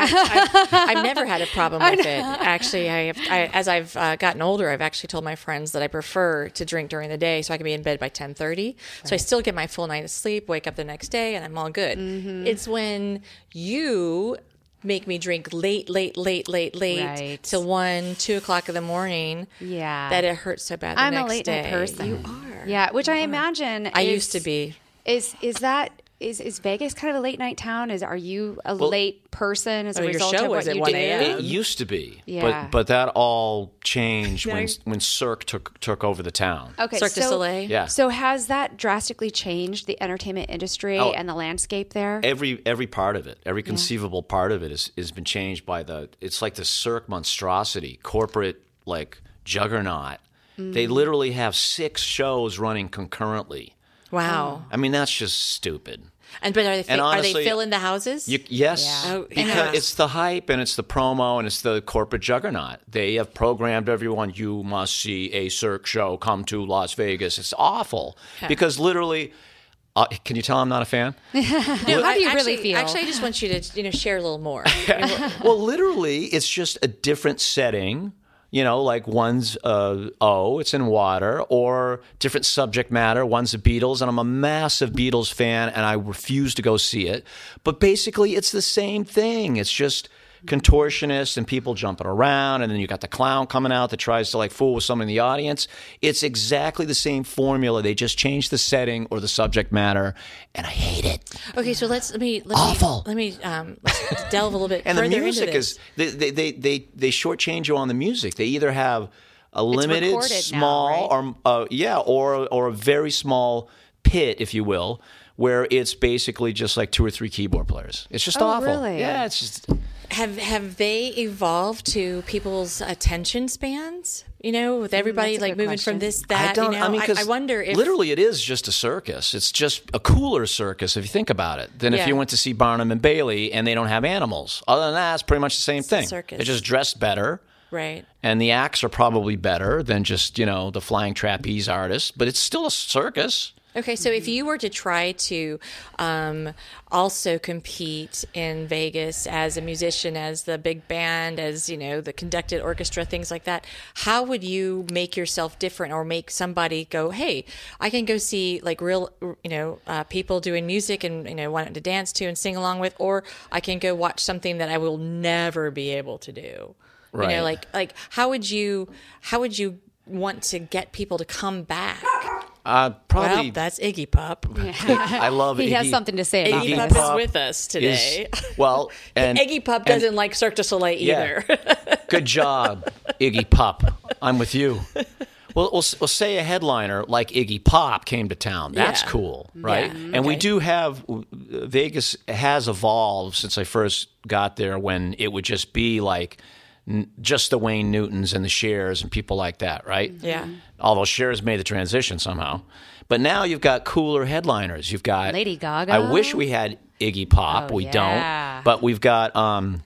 C: not.
A: I, have never had a problem with it. Actually, I, have, I as I've uh, gotten older, I've actually told my friends that I prefer to drink during the day so I can be in bed by ten thirty. So I still get my full night of sleep, wake up the next day, and I'm all good.
B: Mm-hmm.
A: It's when you make me drink late, late, late, late, late
B: Right.
A: till one, two o'clock in the morning.
B: Yeah.
A: that it hurts so bad. The
B: I'm a
A: next
B: late
A: day.
B: night person.
A: You are.
B: Yeah, which I imagine
A: I
B: is-
A: used to be.
B: Is is that is is Vegas kind of a late night town? Is are you a late person as a
A: Oh, your
B: result
A: show
B: of what
A: was at
B: you
A: 1
B: do?
A: a.m.
C: It used to be,
B: Yeah.
C: but but that all changed when when Cirque took took over the town.
B: Okay,
A: Cirque du
B: so,
A: Soleil.
C: Yeah.
B: So has that drastically changed the entertainment industry
C: Oh.
B: and the landscape there?
C: Every every part of it, every conceivable part of it, is has been changed by the. It's like the Cirque monstrosity, corporate like juggernaut. They literally have six shows running concurrently.
B: Oh.
A: Wow.
C: I mean, that's just stupid.
A: And but are they,
C: And
A: are they
C: honestly-
A: filling the houses?
C: You, yes,
A: Yeah. Oh,
C: because
A: yeah.
C: it's the hype and it's the promo and it's the corporate juggernaut. They have programmed everyone. You must see a Cirque show. Come to Las Vegas. It's awful because literally, uh, can you tell I'm not a fan?
A: No,
B: How do you
A: I-
B: really
A: actually-
B: feel?
A: Actually, I just want you to you know share a little more.
C: well, literally, it's just a different setting. You know, like one's uh, oh, it's in water, or different subject matter. One's the Beatles, and I'm a massive Beatles fan, and I refuse to go see it. But basically, it's the same thing. It's just contortionists and people jumping around, and then you got the clown coming out that tries to like fool with someone in the audience. It's exactly the same formula. They just change the setting or the subject matter, and I hate it.
A: Okay, so let's let me let
C: Awful.
A: me let me um, let's delve a little bit
C: and the
A: further
C: music
A: into this.
C: is they they they they, they shortchange you on the music. They either have a limited,
B: recorded now,
C: small, or uh, yeah, or or a very small pit, if you will, where it's basically just like two or three keyboard players. It's just
B: Oh,
C: awful.
B: really?
C: Yeah, it's just
A: have have they evolved to people's attention spans? You know, with everybody
B: Mm, that's a
A: like
B: good
A: moving
B: question.
A: from this
C: I
A: that.
C: don't.
A: you know,
C: I mean, because
A: I, wonder if
C: literally it is just a circus. It's just a cooler circus if you think about it than
A: Yeah.
C: if you went to see Barnum and Bailey and they don't have animals. Other than that, it's pretty much the same
A: a
C: thing.
A: circus.
C: They're just dressed better.
A: right.
C: and the acts are probably better than just you know the flying trapeze artists but it's still a circus
A: Okay, so if you were to try to um, also compete in Vegas as a musician, as the big band, as you know the conducted orchestra, things like that, how would you make yourself different, or make somebody go, "Hey, I can go see like real, you know, uh, people doing music and you know wanting to dance to and sing along with, or I can go watch something that I will never be able to do." You
C: Right.
A: know, like like how would you how would you want to get people to come back?
C: uh,
A: Well,
C: probably
A: that's Iggy Pop.
C: i love
B: he has
C: Iggy-
B: something to say about
A: Iggy Pop
C: Iggy
B: this.
A: is
C: Pop
A: with us
C: is-
A: today.
C: well and
A: Iggy Pop
C: and-
A: doesn't like Cirque du Soleil
C: Yeah.
A: either.
C: good job iggy pop i'm with you well, we'll, we'll say a headliner like Iggy Pop came to town. That's
A: Yeah. Mm-hmm.
C: cool, right?
A: Yeah.
C: And we
A: Okay.
C: do have Vegas has evolved since I first got there when it would just be like n- just the Wayne Newtons and the Shares and people like that, right?
A: Yeah.
C: Although Shares made the transition somehow. But now you've got cooler headliners. You've got
B: Lady Gaga.
C: I wish we had Iggy Pop.
B: Oh,
C: we
B: yeah.
C: don't. But we've got um,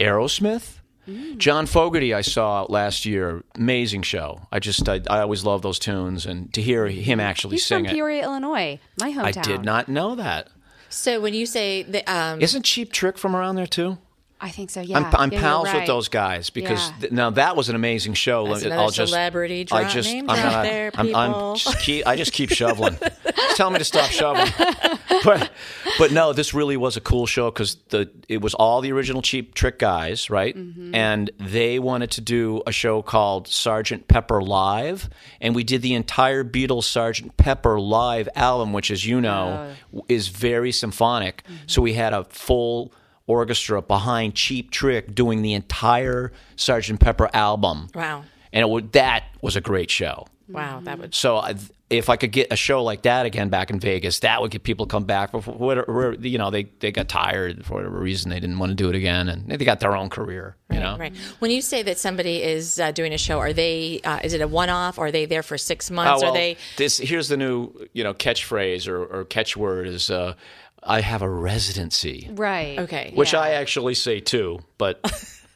C: Aerosmith.
B: Mm.
C: John Fogerty, I saw last year. Amazing show. I just, I, I always love those tunes. And to hear him actually
B: He's
C: sing
B: from
C: it,
B: Peoria, Illinois, my hometown.
C: I did not know that.
A: so when you say the, um,
C: Isn't Cheap Trick from around there too?
B: I think so. Yeah,
C: I'm, I'm
B: Yeah, you're
C: pals with
B: right.
C: those guys because
B: Yeah.
C: th- now that was an amazing show.
A: That's
C: Let me-
A: another celebrity drop. Names out there,
C: I'm, I'm
A: people.
C: just keep, I just keep shoveling. just tell me to stop shoveling. But, but no, this really was a cool show because the it was all the original Cheap Trick guys, right? And they wanted to do a show called Sergeant Pepper Live, and we did the entire Beatles Sergeant Pepper Live album, which, as you know, w- is very symphonic. So we had a full orchestra behind Cheap Trick doing the entire Sergeant Pepper album.
A: Wow.
C: And it would, that was a great show.
A: wow, that would
C: So I, if I could get a show like that again back in Vegas, that would get people to come back. But for whatever, you know, they, they got tired for whatever reason. They didn't want to do it again. And they got their own career, you know?
A: right. When you say that somebody is uh, doing a show, are they? Uh, is it a one-off? Are they there for six months?
C: Oh, well,
A: are they?
C: this here's the new you know catchphrase or, or catchword is uh, I have a residency,
B: Right.
A: Okay.
C: which I actually say too, but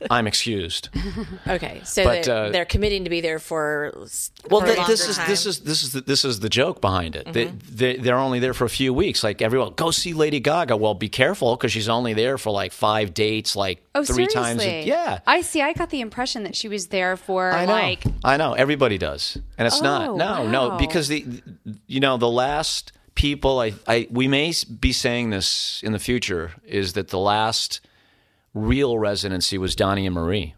C: I'm excused.
A: Okay, so
C: But,
A: they're,
C: uh,
A: they're committing to be there for s-
C: Well,
A: for a
C: th-
A: longer
C: this is
A: time.
C: this is this is the, this is the joke behind it. They, they they're only there for a few weeks. Like everyone, go see Lady Gaga. Well, be careful because she's only there for like five dates, like
B: Oh,
C: three times. A,
B: seriously?
C: yeah,
B: I see. I got the impression that she was there for
C: I know.
B: like
C: I know. Everybody does, and it's
B: Oh,
C: not. No,
B: wow.
C: no, because the you know the last people I, I we may s- be saying this in the future is that the last real residency was Donnie and Marie,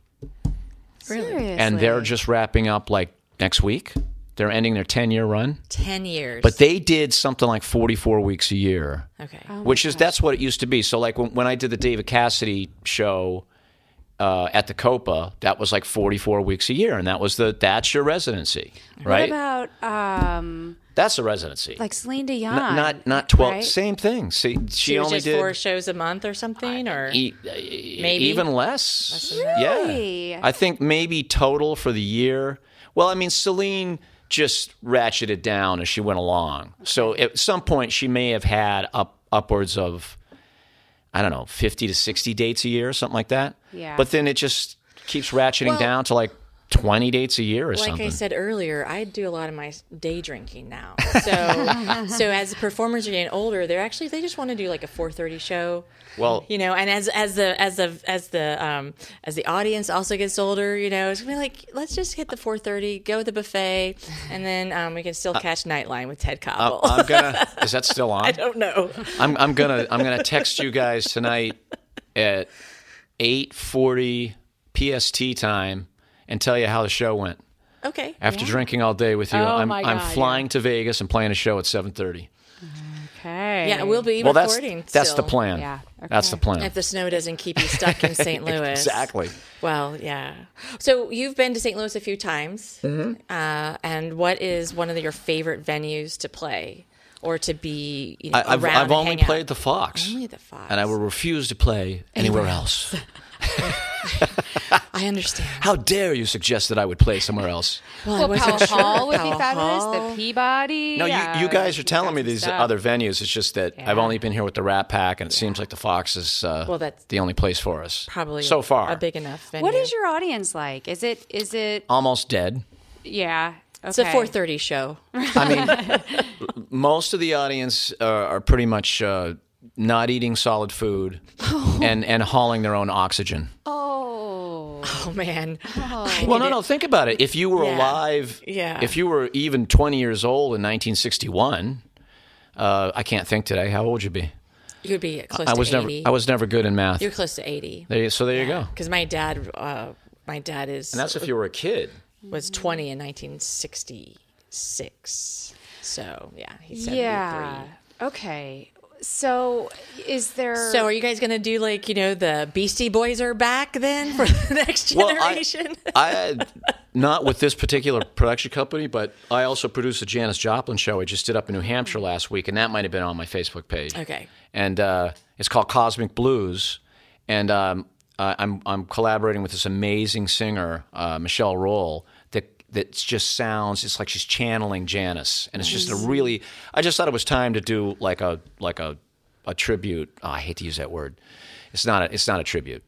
B: seriously.
C: and they're just wrapping up like next week. They're ending their ten year run.
A: ten years.
C: But they did something like 44 weeks a year,
A: okay,
B: Oh
C: which is that's what it used to be. So like when, when I did the David Cassidy show uh, at the Copa, that was like 44 weeks a year, and that was the that's your residency,
B: what
C: right?
B: about um
C: that's a residency.
B: like Celine Dion?
C: N- not not 12.
B: right?
C: Same thing. See, she,
A: she was
C: only
A: just
C: did
A: four shows a month or something, or
C: e-
A: Maybe.
C: even less.
B: Really?
C: Yeah, I think maybe total for the year. Well, I mean, Celine just ratcheted down as she went along. So at some point, she may have had up upwards of I don't know, fifty to sixty dates a year, something like that.
B: Yeah.
C: But then it just keeps ratcheting
A: Well-
C: down to like twenty dates a year or
A: like
C: something.
A: I said earlier, I do a lot of my day drinking now. So, so as performers are getting older, they're actually they just want to do like a 4:30 show.
C: Well-
A: you know, and as as the as the as the um as the audience also gets older, you know, it's gonna be like let's just hit the 4:30, go to the buffet, and then um, we can still
C: Uh,
A: catch Nightline with Ted Koppel.
C: I'm gonna. Is that still on?
A: I don't know.
C: I'm I'm gonna I'm gonna text you guys tonight at eight forty PST time and tell you how the show went.
A: Okay.
C: After drinking all day with you, I'm
B: my
C: I'm
B: God,
C: flying to Vegas and playing a show at seven thirty.
B: Okay.
A: Yeah, we'll be
C: Well, that's
A: recording.
C: that's the
A: still.
C: plan.
B: Yeah,
C: That's the
B: okay.
C: plan.
A: If the snow doesn't keep you stuck in St. Louis.
C: Exactly.
A: Well, yeah. So you've been to St. Louis a few times. Uh, and what is one of your favorite venues to play or to be you know,
C: I, I've
A: around?
C: I've
A: and
C: only
A: hang out?
C: played the Fox,
A: Only the Fox.
C: and I will refuse to play anywhere else.
A: I understand.
C: How dare you suggest that I would play somewhere else?
A: Well, I
B: Well,
A: wasn't
B: Powell
A: sure.
B: Hall would be
A: Powell
B: fabulous.
A: Hall.
B: The Peabody.
C: No,
B: yeah,
C: you, you guys are
B: we've got
C: telling me
B: some
C: these
B: stuff.
C: other venues. It's just that I've only been here with the Rat Pack, and it seems like the Fox is uh,
A: Well, that's
C: the only place for us.
A: Probably
C: so far,
A: a big enough venue.
B: What is your audience like? Is it? Is it?
C: almost dead.
B: Yeah. Okay.
A: It's a 4:30 show.
C: I mean, most of the audience are, are pretty much uh, not eating solid food and and hauling their own oxygen.
B: Oh.
A: Oh man. I
C: Well,
A: get
C: no,
A: it.
C: no. Think about it. If you were
A: Yeah.
C: alive,
A: Yeah.
C: If you were even twenty years old in 1961, uh, I can't think today. How old would you be?
A: You would be close
C: I
A: to
C: was
A: 80.
C: never. I was never good in math.
A: You're close to 80.
C: There you- so there you go.
A: Because my dad, uh, my dad is
C: And that's if you were a kid.
A: was 20 in 1966. So, yeah, he's 73.
B: Yeah. Okay. So, is there?
A: So, are you guys going to do like, you know, the Beastie Boys are back then for the next generation?
C: I, I not with this particular production company, but I also produced a Janis Joplin show I just did up in New Hampshire last week, and that might have been on my Facebook page.
A: Okay.
C: and uh, it's called Cosmic Blues, and um, I- I'm I'm collaborating with this amazing singer uh, Michelle Roll that that just sounds it's like she's channeling Janis, and it's just a really I just thought it was time to do like a like a a tribute. oh, I hate to use that word. It's not a, it's not a tribute.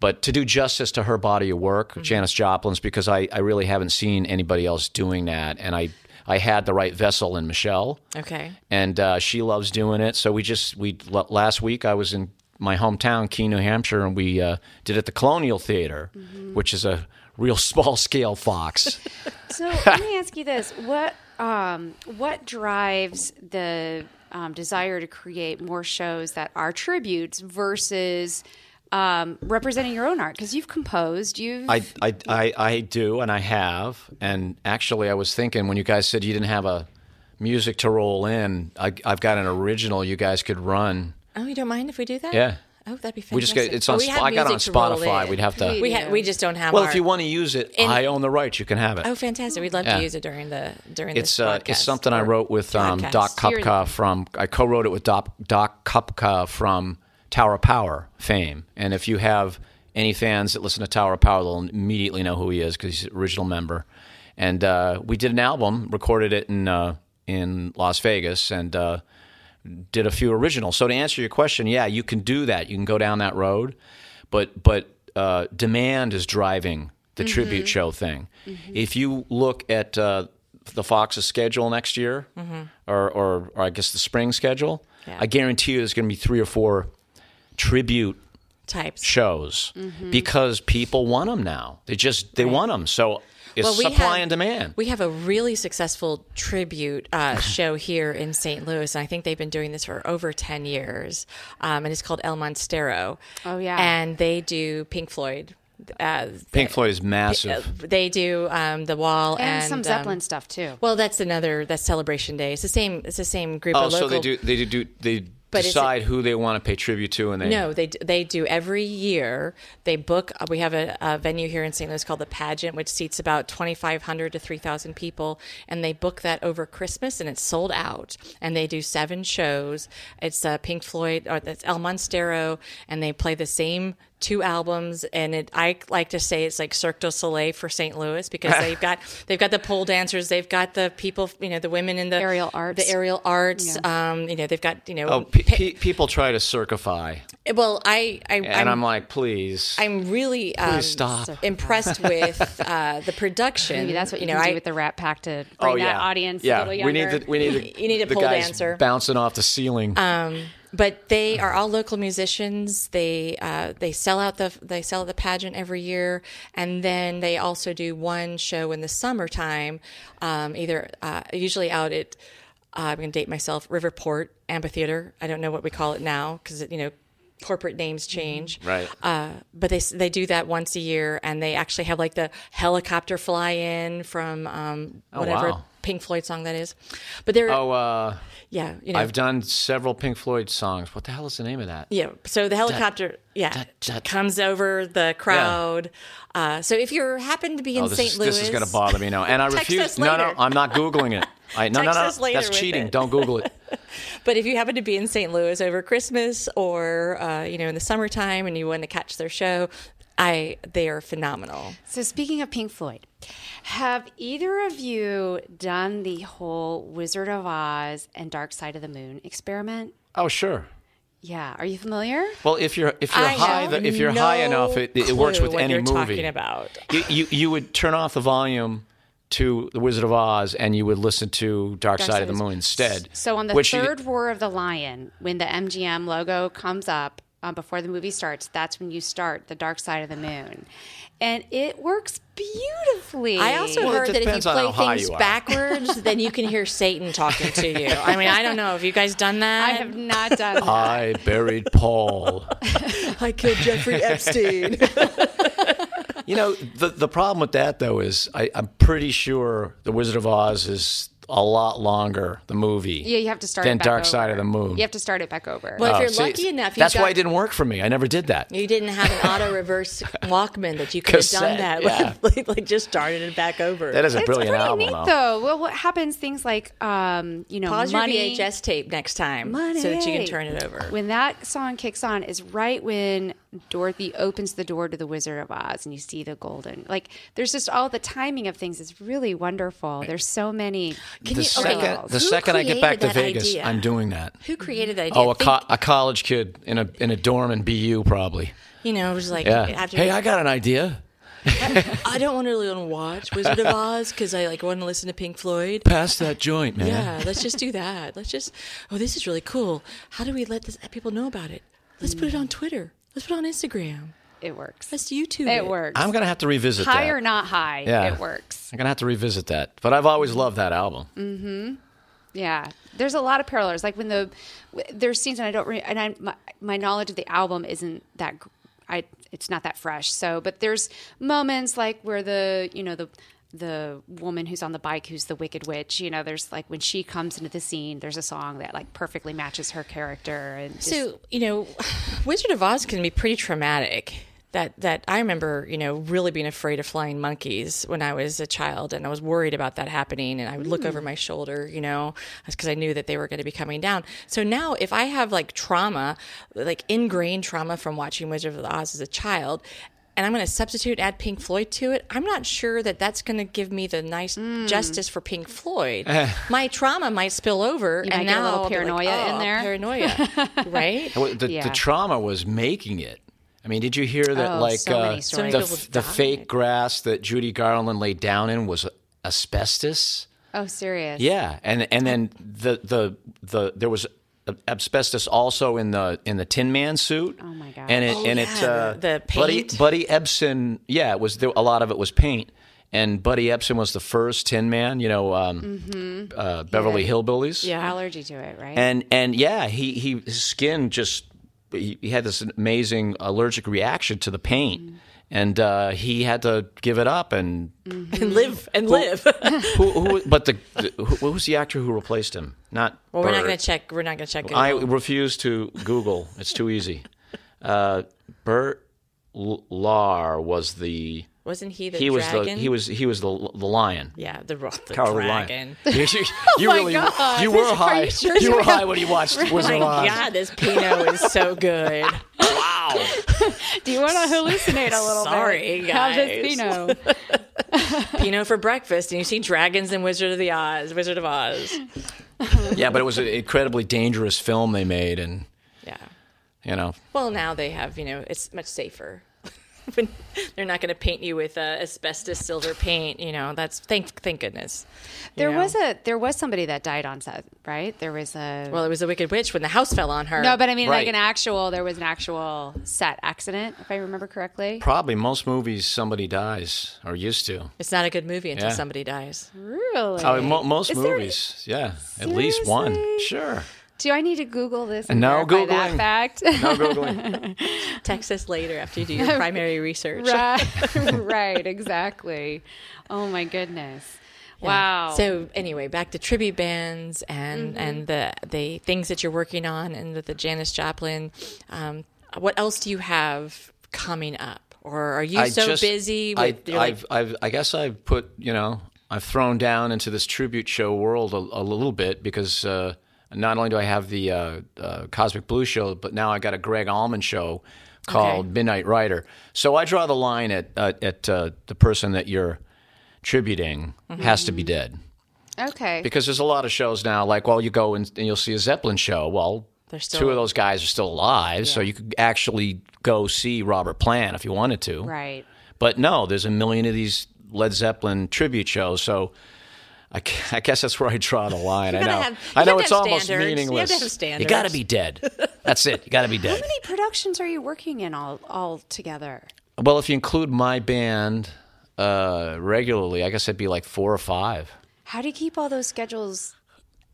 C: But to do justice to her body of work, Janis Joplin's, because I, I really haven't seen anybody else doing that. And I, I had the right vessel in Michelle
A: okay.
C: and uh, she loves doing it. So we just we l- last week I was in my hometown, Keene, New Hampshire, and we uh, did it at the Colonial Theater,
A: Mm-hmm.
C: which is a real small scale Fox.
B: So let me ask you this: what um, what drives the um, desire to create more shows that are tributes versus um, representing your own art? Because you've composed, you've
C: I, I I I do, and I have, and actually I was thinking when you guys said you didn't have a music to roll in, I, I've got an original you guys could run.
A: Oh, you don't mind if we do that?
C: Yeah.
A: Oh, that'd be fantastic.
C: We just get it's
A: Oh,
C: on.
A: we have
C: Sp- I got it on
A: music to roll
C: Spotify.
A: in.
C: We'd have to.
A: We, ha- we just don't have
C: well,
A: our-
C: if you want to use it,
A: And-
C: I own the rights. You can have it.
A: Oh, fantastic. We'd love
C: Yeah.
A: to use it during the during
C: It's
A: this
C: uh,
A: podcast
C: it's something I
A: or
C: wrote with um, Doc
A: podcast.
B: You're-
C: Kupka from. I co-wrote it with Doc, Doc Kupka from Tower of Power fame. And if you have any fans that listen to Tower of Power, they'll immediately know who he is because he's the original member. And uh, we did an album, recorded it in uh, in Las Vegas, and uh, did a few originals. So to answer your question, yeah, you can do that. You can go down that road, but but uh, demand is driving the
A: Mm-hmm.
C: tribute show thing. If you look at uh, the Fox's schedule next year,
A: Mm-hmm.
C: or, or, or I guess the spring schedule, I guarantee you there's going to be three or four tribute
A: types.
C: shows
A: Mm-hmm.
C: because people want them now. They just they want 'em. want them. So it's supply
A: have,
C: and demand.
A: We have a really successful tribute uh, show here in St. Louis, and I think they've been doing this for over ten years. Um, and it's called El Monstero.
B: Oh, yeah.
A: and they do Pink Floyd. Uh,
C: Pink Floyd is massive.
A: they do um, the Wall
B: and,
A: and,
B: some
A: um,
B: Zeppelin stuff too.
A: well, that's another that's Celebration Day. It's the same. It's the same group.
C: oh,
A: of
C: so
A: local,
C: they do they do they
A: But it's-
C: decide who they want to pay tribute to, and they
A: No, they d- they do every year. They book. uh, We have a, a venue here in St. Louis called the Pageant, which seats about twenty five hundred to three thousand people, and they book that over Christmas, and it's sold out. And they do seven shows. It's uh, Pink Floyd or it's El Monstero, and they play the same two albums. And it, I like to say it's like Cirque du Soleil for St. Louis because they've got they've got the pole dancers, they've got the people, you know, the women in the
B: Aerial arts.
A: the aerial arts. Um, you know, they've got you know.
C: Oh, pe-
A: pa-
C: pe- people try to circify,
A: well, I, I
C: and I'm, like, please,
A: I'm really um,
C: stop.
A: impressed with uh, the production.
B: Maybe that's what you,
A: know.
B: can do
A: I-
B: with the Rat Pack to bring
C: oh yeah,
B: that audience a
C: yeah,
B: little
C: we
B: younger.
C: need the, we need the,
A: You need a
C: the
A: pole
C: guys
A: dancer. Uh,
C: bouncing off the ceiling.
A: but they are all local musicians. They uh, they sell out the they sell out the pageant every year, and then they also do one show in the summertime, um, either uh, usually out at uh, I'm going to date myself Riverport Amphitheater. I don't know what we call it now because you know corporate names change.
C: Right.
A: Uh, but they they do that once a year, and they actually have like the helicopter fly in from um, whatever
C: Oh, wow.
A: Pink Floyd song that is. But they're
C: oh, uh,
A: yeah, you know.
C: I've done several Pink Floyd songs. What the hell is the name of that?
A: Yeah. So the helicopter, yeah,
C: dut.
A: comes over the crowd. Uh, so if you are happen to be in
C: Oh, this,
A: St.
C: is-
A: Louis,
C: this is going to bother me now, and I
A: Text
C: refuse.
A: us
C: No, no,
A: later.
C: I'm not googling it. I, no, no,
A: Text
C: no,
A: us later
C: that's
A: with
C: cheating.
A: it.
C: Don't Google it.
A: But if you happen to be in St. Louis over Christmas or uh, you know in the summertime and you want to catch their show, I they are phenomenal.
B: So speaking of Pink Floyd, have either of you done the whole Wizard of Oz and Dark Side of the Moon experiment?
C: Oh, sure.
B: Yeah, are you familiar?
C: Well, if you're if you're
A: I
C: high
A: have
C: the, if you're high
A: no
C: enough, it, it works
A: clue
C: with
A: what
C: any
A: you're
C: movie.
A: talking about.
C: You, you you would turn off the volume to The Wizard of Oz, and you would listen to Dark, Side, of the Moon instead.
B: So on the
C: which you-
B: third roar of the lion, when the MGM logo comes up um, before the movie starts, that's when you start the Dark Side of the Moon, and it works beautifully.
A: I also
C: Well, it
A: heard that if you
C: depends on
A: play
C: how high
A: things
C: you are.
A: backwards, then you can hear Satan talking to you. I mean, I don't know. Have you guys done that?
B: I have not done. that.
C: I buried Paul.
A: I killed Jeffrey Epstein.
C: you know the the problem with that though is I, I'm pretty sure The Wizard of Oz is a lot longer the movie.
B: Yeah, you have to start.
C: Then
B: it back
C: Dark
B: over.
C: Side of the Moon.
B: You have to start it back over.
A: Well, if you're
C: Oh, See,
A: lucky enough, you
C: that's
A: got,
C: why it didn't work for me. I never did that.
A: You didn't have an auto reverse Walkman that you could have done that.
C: Cassette, yeah.
A: with. like, like just started it back over.
C: That is a
B: it's
C: brilliant
B: pretty
C: album
B: neat
C: though.
B: though. Well, what happens? Things like um, you know,
A: Pause
B: money.
A: your VHS tape next time so that you can
B: Money.
A: turn it over.
B: When that song kicks on is right when Dorothy opens the door to the Wizard of Oz and you see the golden. Like there's just all the timing of things is really wonderful. There's so many.
A: Can
C: The
A: you- okay,
C: second, the
A: who
C: second I get back
A: created
C: to
A: that
C: Vegas,
A: idea?
C: I'm doing that.
A: Who created that idea?
C: Oh, a,
A: Think-
C: co- a college kid in a in a dorm in BU probably.
A: you know, it was like
C: Yeah.
A: after
C: hey, I got an idea.
A: I don't want to really want to watch Wizard of Oz because I like want to listen to Pink Floyd.
C: Pass that joint, man.
A: Yeah, let's just do that. Let's just. Oh, this is really cool. How do we let this, people know about it? Let's put it on Twitter. Let's put it on Instagram.
B: It works.
A: Let's YouTube it.
B: It works.
C: I'm gonna have to revisit
B: high
C: that.
B: or not high.
C: Yeah.
B: It works.
C: I'm gonna have to revisit that. But I've always
B: Mm-hmm.
C: loved that album.
B: Yeah, there's a lot of parallels. Like when the w- there's scenes, and I don't re- and I my, my knowledge of the album isn't that gr- I it's not that fresh. So, but there's moments like where the you know the the woman who's on the bike who's the wicked witch you know there's like when she comes into the scene there's a song that like perfectly matches her character and just-
A: So you know, Wizard of Oz can be pretty traumatic. That that I remember, you know, really being afraid of flying monkeys when I was a child, and I was worried about that happening. And I would look
B: Hmm.
A: over my shoulder, you know, because I knew that they were going to be coming down. So now, if I have like trauma, like ingrained trauma from watching Wizard of Oz as a child. And I'm going to substitute add Pink Floyd to it. I'm not sure that that's going to give me the nice
B: Hmm.
A: justice for Pink Floyd. My trauma might spill over,
B: might
A: and
B: get a
A: now
B: little
A: I'll be like,
B: paranoia in
A: "Oh,
B: there."
A: paranoia, right?
C: Well, The,
B: Yeah.
C: the trauma was making it. I I mean, did you hear that?
B: Oh,
C: like
B: so many
C: uh,
B: stories.
A: So many
C: the,
A: people
C: the
A: died.
C: fake grass that Judy Garland laid down in was asbestos.
B: Oh, serious?
C: Yeah, and and then the the the there was asbestos also in the in the Tin Man suit. Oh
B: my gosh.
C: And it
A: Oh,
C: and
A: yeah,
C: it uh,
A: the- the
C: Buddy
A: paint.
C: Buddy Ebsen. Yeah, it was there, a lot of it was paint, and Buddy Ebsen was the first Tin Man. You know, um,
A: Mm-hmm.
C: uh, Beverly Hillbillies.
B: Allergy to it, right?
C: And and yeah, he he his skin just he, he had this amazing allergic reaction to the paint.
A: Mm.
C: And uh, he had to give it up, and
A: and live and live.
C: who, who? But the, the who, who was the actor who replaced him? Not.
A: well, we're not
C: Burt.
A: gonna check. We're not gonna check.
C: I
A: Google.
C: refuse to Google. It's too easy. Uh, Bert L- Lahr was the
A: Wasn't he the
C: he was
A: dragon?
C: the he was he was the the lion.
A: yeah the, ro- the
C: Cowardly
A: dragon.
C: lion. you you really
B: God.
C: you were high.
B: you
C: You,
B: sure you
C: were high when you watched Wizard
A: Oh My
C: of Oz.
A: God, this Pinot is so good.
C: Wow.
B: Do you want to hallucinate a little
A: Sorry,
B: bit?
A: guys.
B: Have this Pinot.
A: Pinot for breakfast, and you see dragons in Wizard of the Oz. Wizard of Oz.
C: Yeah, but it was an incredibly dangerous film they made, and
A: Yeah.
C: you know,
A: Well, now they have you know it's much safer. When- They're not going to paint you with uh, asbestos silver paint. You know that's thank thank goodness. you
B: There
A: know.
B: was a there was somebody that died on set, right? There was a
A: well, it was a Wicked Witch when the house fell on her.
B: no, but I mean like
C: Right.
B: an actual. There was an actual set accident, if I remember correctly.
C: probably most movies somebody dies or used to.
A: it's not a good movie until
C: Yeah.
A: somebody dies.
B: Really?
C: Oh, mo- most
B: Is there-
C: movies, yeah, at least one,
B: Seriously?
C: sure.
B: do I need to Google this? And
C: No
B: verify that
C: Googling.
B: fact.
C: No googling.
A: Text us later after you do your primary research.
B: right, right, exactly. Oh my goodness! Wow.
A: So anyway, back to tribute bands and
B: Mm-hmm.
A: and the the things that you're working on and the, the Janis Joplin. Um, what else do you have coming up, or are you so busy? With,
C: I,
A: you're like,
C: I've, I've, I guess I've put, you know, I've thrown down into this tribute show world a, a little bit because uh, not only do I have the uh, uh, Cosmic Blue show, but now I got a Greg Allman show called
A: Okay.
C: Midnight Rider. So I draw the line at at, at uh, the person that you're tributing
A: Mm-hmm.
C: has to be dead
B: okay.
C: because there's a lot of shows now. Like, well, you go and, and you'll see a Zeppelin show. Well,
A: They're still-
C: two of those guys are still alive, so you could actually go see Robert Plant if you wanted to.
B: right.
C: But no, there's a million of these Led Zeppelin tribute shows, so I, gu- I guess that's where I draw the line. I
A: gotta
C: know,
A: have- you
C: I
A: have
C: know
A: to
C: it's
A: have
C: almost
A: standards. You have to
C: meaningless.
A: have standards.
C: gotta be dead. That's it. You gotta be dead.
B: How many productions are you working in all all together?
C: Well, if you include my band uh, regularly, I guess it'd be like four or five.
B: How do you keep all those schedules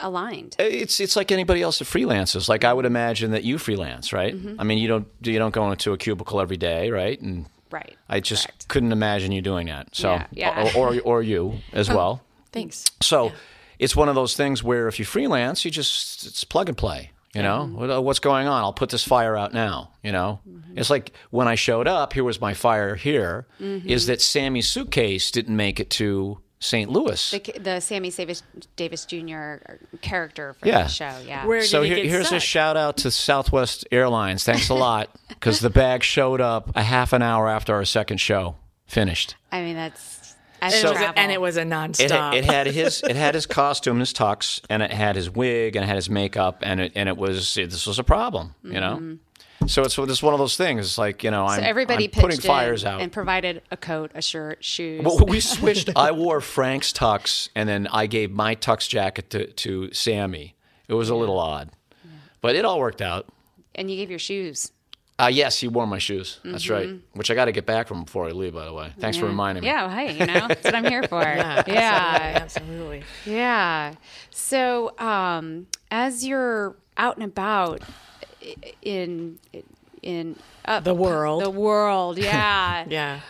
B: aligned?
C: It's it's like anybody else that freelances. Like I would imagine that you freelance, right?
A: Mm-hmm.
C: I mean, you don't you don't go into a cubicle every day, right? And
B: Right.
C: I just couldn't imagine you doing that. So,
B: Yeah, yeah.
C: Or, or or you as well.
A: thanks.
C: So it's one of those things where if you freelance, you just it's plug and play. You know What- uh, what's going on? I'll put this fire out now. You know, it's like when I showed up. Here was my fire. Here is that Sammy's suitcase didn't make it to St. Louis.
B: The, the Sammy Davis, Davis Jr. character for
C: Yeah.
B: the show. Yeah.
A: Where
C: so
A: did it
C: here-
A: get
C: here's a
A: stuck?
C: shout out to Southwest Airlines. Thanks a lot because the bag showed up a half an hour after our second show finished.
B: I mean, that's. As
A: and, it was
B: travel.
A: a, and it was a
C: It,
A: nonstop.
C: it had his it had his costume, his tux, and it had his wig, and it had his makeup, and it and it was it- this was a problem, you know. So it's it's one of those things. It's like you know, I'm,
B: Mm-hmm. So everybody
C: I'm
B: pitched
C: putting
B: in
C: fires out.
B: and provided a coat, a shirt, shoes.
C: well, we switched. I wore Frank's tux, and then I gave my tux jacket to to Sammy. It was a little odd, but it all worked out.
B: and you gave your shoes.
C: Uh, yes, he wore my shoes. That's right. Which I got to get back from before I leave, by the way. Thanks for reminding me.
B: Mm-hmm. Yeah, well, hey, you know, that's what I'm here for. yeah.
A: Absolutely,
B: Yeah.
A: absolutely.
B: So, um, as you're out and about i- in in uh,
A: The world.
B: the world, yeah.
A: yeah.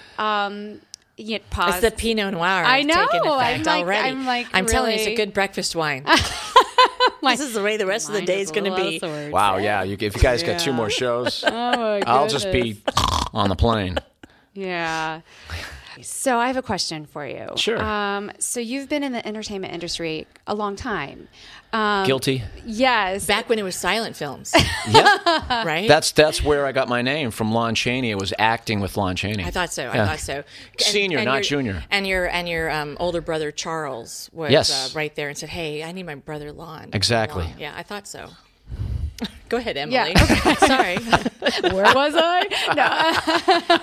B: yeah. Pause.
A: It's the Pinot Noir.
B: I
A: It's taking
B: know, I'm
A: effect
B: like-
A: already.
B: I'm like
A: telling you, it's
B: really-
A: a good breakfast wine. this is the way the rest of the
B: Mine
A: day
B: is
A: is going to
B: a
A: be.
B: little sword.
C: Wow. Yeah. You, if you guys got two more shows,
B: Oh,
C: I'll just be on the plane.
B: Yeah. So I have a question for you.
C: Sure.
B: Um, so you've been in the entertainment industry a long time. Um,
C: Guilty.
B: yes.
A: Back when it was silent films,
C: yeah.
A: right?
C: That's that's where I got my name from. Lon Chaney. It was acting with Lon Chaney.
A: I thought so. I
C: Yeah.
A: thought so. And-
C: Senior,
A: and
C: not
A: your-
C: junior.
A: And your and your um, older brother Charles was
C: Yes.
A: uh, right there and said, "Hey, I need my brother Lon."
C: Exactly.
A: Lon. Yeah, I thought so. Go ahead, Emily.
B: Yeah,
A: Sorry.
B: Where was I?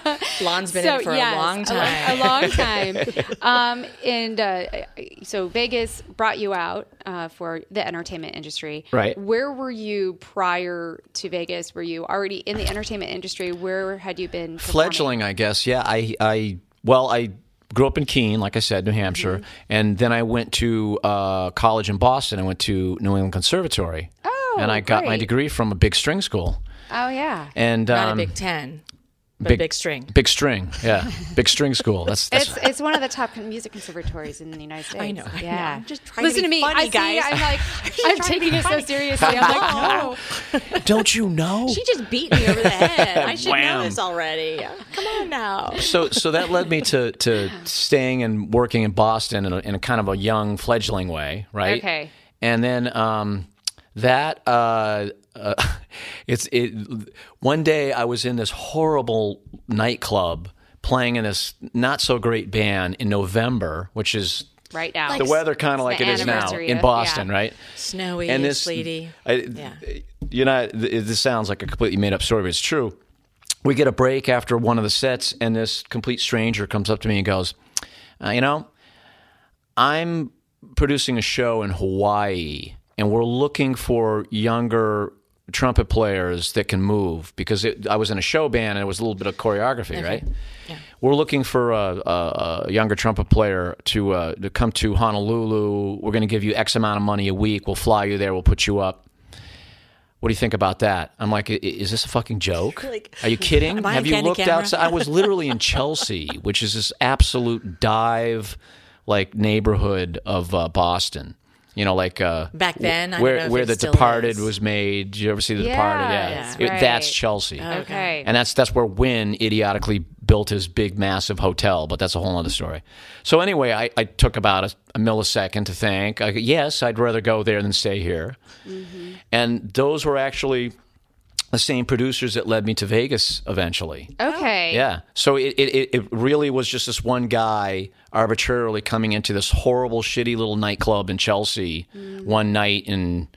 B: No.
A: Blonde's been in for
B: yes,
A: a long
B: lo-
A: time.
B: A, long time. um, and uh, so Vegas brought you out uh, for the entertainment industry.
C: Right.
B: Where were you prior to Vegas? Were you already in the entertainment industry? Where had you been? performing?
C: fledgling, I guess. Yeah, I, I, well, I grew up in Keene, like I said,
A: Mm-hmm.
C: New Hampshire, and then I went to uh, college in Boston. I went to New England Conservatory,
B: Oh,
C: and I got my
B: great.
C: degree from a big string school.
B: Oh yeah.
C: And
A: Not
C: um,
A: a Big Ten, but
C: big-
A: big, string.
C: big string, yeah, big string school. That's that's
B: It's, it's one of the top music conservatories in the United States.
A: know, I know.
B: Yeah.
A: I'm just trying to
B: Listen
A: be
B: to me.
A: funny,
B: I see,
A: guys.
B: I'm like,
A: just trying
B: I'm
A: to be
B: taking it so
A: funny.
B: seriously. I'm like, "Oh." no.
C: don't you know?
A: She just beat me over the head. I should
C: Wham.
A: know this already. Come on now.
C: so so that led me to to staying and working in Boston in a, in a kind of a young fledgling way, right?
B: Okay.
C: And then um, that uh, uh, it's it. One day I was in this horrible nightclub playing in this not so great band in November, which is
B: Right now.
C: the weather kind
B: it's
C: of like
B: the
C: it is now
B: anniversary
C: in
B: of-
C: Boston,
B: yeah.
C: right?
A: Snowy
C: and
A: and
C: this
A: sleety.
C: I,
A: Yeah.
C: you know th- this sounds like a completely made up story but it's true we get a break after one of the sets and this complete stranger comes up to me and goes uh, you know i'm producing a show in hawaii and we're looking for younger trumpet players that can move because it, i was in a show band and it was a little bit of choreography right we're looking for a, a, a younger trumpet player to uh, to come to Honolulu. We're going to give you X amount of money a week. We'll fly you there. We'll put you up. What do you think about that? I'm like, "I- is this a fucking joke?
A: Like,
C: Are you kidding?
A: am I
C: Have
A: on
C: you
A: candy
C: looked
A: camera?
C: outside? I was literally in Chelsea, which is this absolute dive like neighborhood of uh, Boston. You know, like uh,
A: Back then, I don't
C: where
A: know if
C: where
A: it
C: the
A: still
C: Departed
A: is.
C: was made. Did you ever see the Departed?
B: Yes,
C: It- that's
B: right.
C: Chelsea.
A: Oh,
B: Okay.
C: And that's that's where Wynn idiotically built his big massive hotel, but that's a whole other story. So anyway, I, I took about a, a millisecond to think. I, yes, I'd rather go there than stay here. And those were actually the same producers that led me to Vegas eventually.
B: Okay.
C: Yeah. So it, it, it- it really was just this one guy arbitrarily coming into this horrible, shitty little nightclub in Chelsea one night in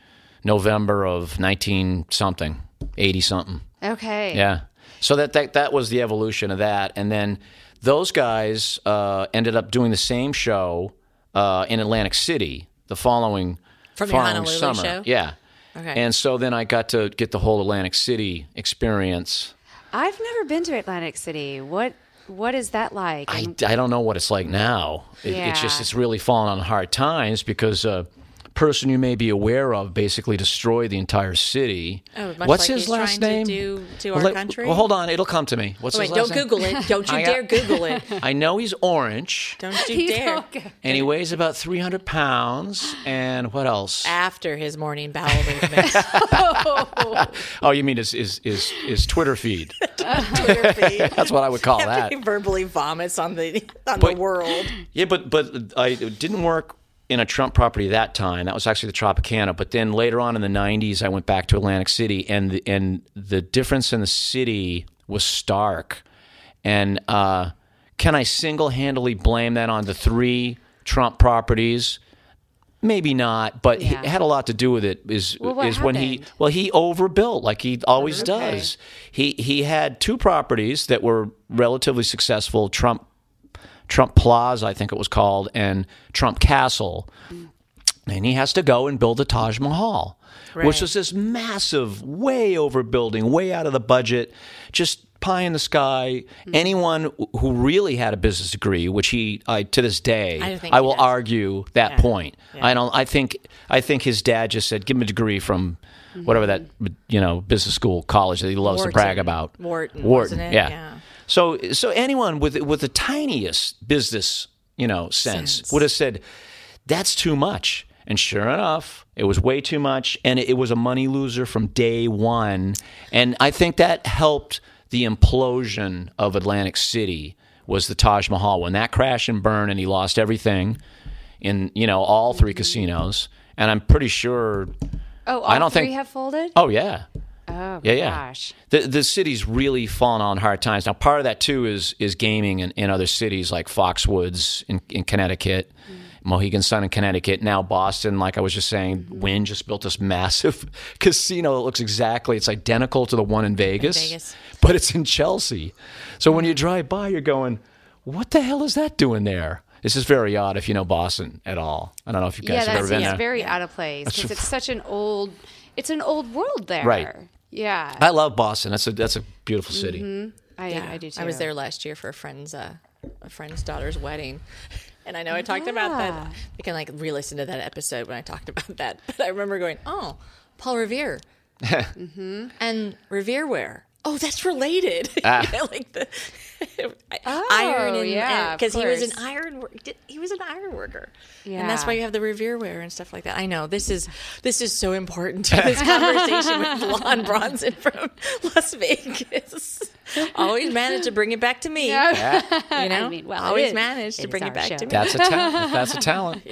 C: November of 19 something, 80 something.
B: Okay.
C: Yeah. So that, that that was the evolution of that, and then those guys uh, ended up doing the same show uh, in Atlantic City the following
A: From your
C: following
A: Honolulu
C: summer.
A: show?
C: Yeah.
A: Okay.
C: And so then I got to get the whole Atlantic City experience.
B: I've never been to Atlantic City. What What is that like?
C: I,
B: And-
C: I don't know what it's like now. It, It's just
B: Yeah.
C: it's really fallen on hard times because a person you may be aware of basically destroyed the entire city.
A: Oh, much like
C: What's his
A: he's
C: last name?
A: trying to do to our
C: Well, let-
A: country? Oh,
C: Well, hold on, it'll come to me. What's
A: Wait,
C: his last
A: don't
C: name?
A: Google it. Don't you
C: I got-
A: dare Google it.
C: I know he's orange.
A: Don't you dare.
C: and he weighs about 300 pounds. And what else?
A: After his morning bowel movements,
C: Oh, you mean his his his, his Twitter feed?
A: Twitter feed.
C: That's what I would call that.
A: He verbally vomits on the on
C: But-
A: the world.
C: Yeah, but but I it didn't work in a Trump property that time. That was actually the Tropicana. But then later on in the '90s, I went back to Atlantic City, and the, and the difference in the city was stark. And uh, can I single-handedly blame that on the three Trump properties? Maybe not, but he-
B: Yeah.
C: it had a lot to do with it. Is
B: Well, what
C: is when he
B: happened?
C: well he overbuilt like he always
B: Okay.
C: does. He he had two properties that were relatively successful. Trump Trump Plaza, I think it was called, and Trump Castle. And he has to go and build the Taj Mahal, which
A: Right.
C: was this massive, way overbuilding, way out of the budget, just pie in the sky.
A: Mm-hmm.
C: Anyone who really had a business degree, which he, I, to this day,
A: I don't think
C: I
A: he
C: will
A: does.
C: argue that point. I don't. I think. I think his dad just said, "Give him a degree from whatever that you know business school, college that he loves to brag
A: Mm-hmm. Wharton.
C: about."
A: Wharton,
C: Wharton.
A: wasn't it?
C: Yeah.
A: Yeah.
C: So so anyone with with the tiniest business you know sense,
A: Sense.
C: would have said, "That's too much." And sure enough, it was way too much, and it, it was a money loser from day one. And I think that helped the implosion of Atlantic City was the Taj Mahal when that crash and burn, and he lost everything in you know all three casinos. And I'm pretty sure.
B: oh, all
C: I don't
B: three
C: think-
B: have folded.
C: Oh yeah,
B: Oh,
C: yeah, yeah.
B: gosh.
C: The the city's really fallen on hard times. Now, part of that too is is gaming in, in other cities like Foxwoods in, in Connecticut,
B: Mm.
C: Mohegan Sun in Connecticut, now Boston. Like I was just saying,
B: Mm-hmm.
C: Wynn just built this massive casino that looks exactly, it's identical to the one in Vegas,
A: Vegas.
C: but it's in Chelsea. So when
B: Mm.
C: you drive by, you're going, what the hell is that doing there? This is very odd if you know Boston at all. I don't know if you guys
B: yeah,
C: have ever
B: that's
C: been
B: it's
C: there.
B: very out of place because it's such an old, it's an old world there.
C: Right. Uh,
B: Yeah.
C: I love Boston. That's a that's a beautiful city.
B: I,
A: Yeah,
B: I do too.
A: I was there last year for a friend's uh, a friend's daughter's wedding. And I know I talked about that. We can like re-listen to that episode when I talked about that. But I remember going, "Oh, Paul Revere."
B: Mm-hmm.
A: And Revere ware. Oh, that's related. You
B: Ah.
A: know, like the iron and,
B: Oh, yeah, of
A: because he was an
B: course.
A: iron wor- did- he was an iron worker. And that's why you have the Revere ware and stuff like that. I know. This is this is so important to this conversation with Lon Bronson from Las Vegas. Always manage to bring it back to me.
C: Ah.
A: You know?
B: I mean, well, it
A: always
B: is-
A: manage to
B: it is
A: bring
B: our
A: it back
B: show.
A: to me.
C: That's a talent. That's a talent.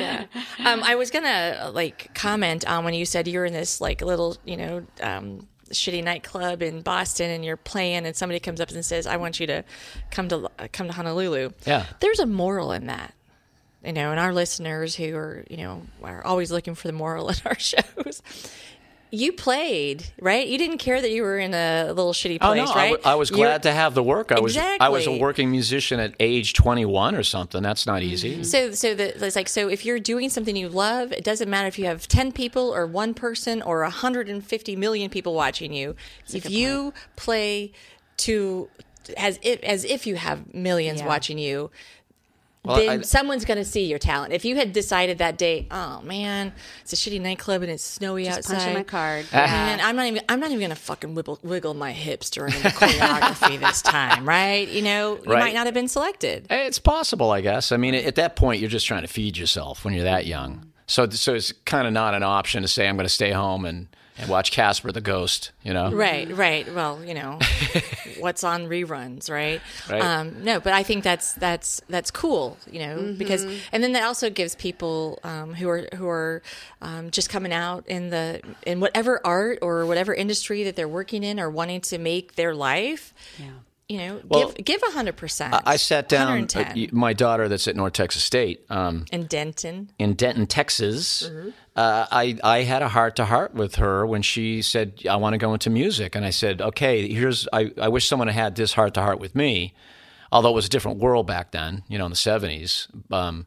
A: Um, I was gonna uh, like comment on when you said you're in this like little, you know, um, shitty nightclub in Boston, and you're playing, and somebody comes up and says, "I want you to come to uh, come to Honolulu."
C: Yeah.
A: there's a moral in that. You know, and our listeners who are, you know, are always looking for the moral in our shows. You played, right? You didn't care that you were in a little shitty
C: Oh
A: place,
C: no, I
A: right?
C: w- I was
A: You're-
C: glad to have the work. I was I was a
A: Exactly. Mm-hmm.
C: working musician at age 21 or something. That's not easy.
A: So, so the, it's like, so if you're doing something you love, it doesn't matter if you have 10 people or one person or 150 million people watching you. if you play to as if, as if you have millions
B: Yeah.
A: watching you,
C: Well,
A: then
C: I-
A: someone's going to see your talent. If you had decided that day, oh man, it's a shitty nightclub and it's snowy outside.
B: punching my card.
C: Ah.
A: Man, I'm not even. I'm not even gonna fucking wibble, wiggle my hips during the choreography this time, right? You know, you
C: Right.
A: might not have been selected.
C: It's possible, I guess. I mean, at that point, you're just trying to feed yourself when you're that young. So, so it's kind of not an option to say I'm going to stay home and, and watch Casper the Ghost. You know,
A: Right, right. Well, you know, what's on reruns, right?
C: Right.
A: Um, no, but I think that's that's that's cool, you know, because
C: Mm-hmm.
A: and then that also gives people um, who are who are um, just coming out in the in whatever art or whatever industry that they're working in or wanting to make their life. Yeah. You know,
C: Well,
A: give give hundred percent.
C: I sat down. uh,
A: 110
C: my daughter, that's at North Texas State. Um,
A: in Denton.
C: in Denton, Texas, uh, I I had a heart to heart with her when she said I want to go into music, and I said, okay, here's I, I wish someone had this heart to heart with me, although it was a different world back then, you know, in the seventies. Um,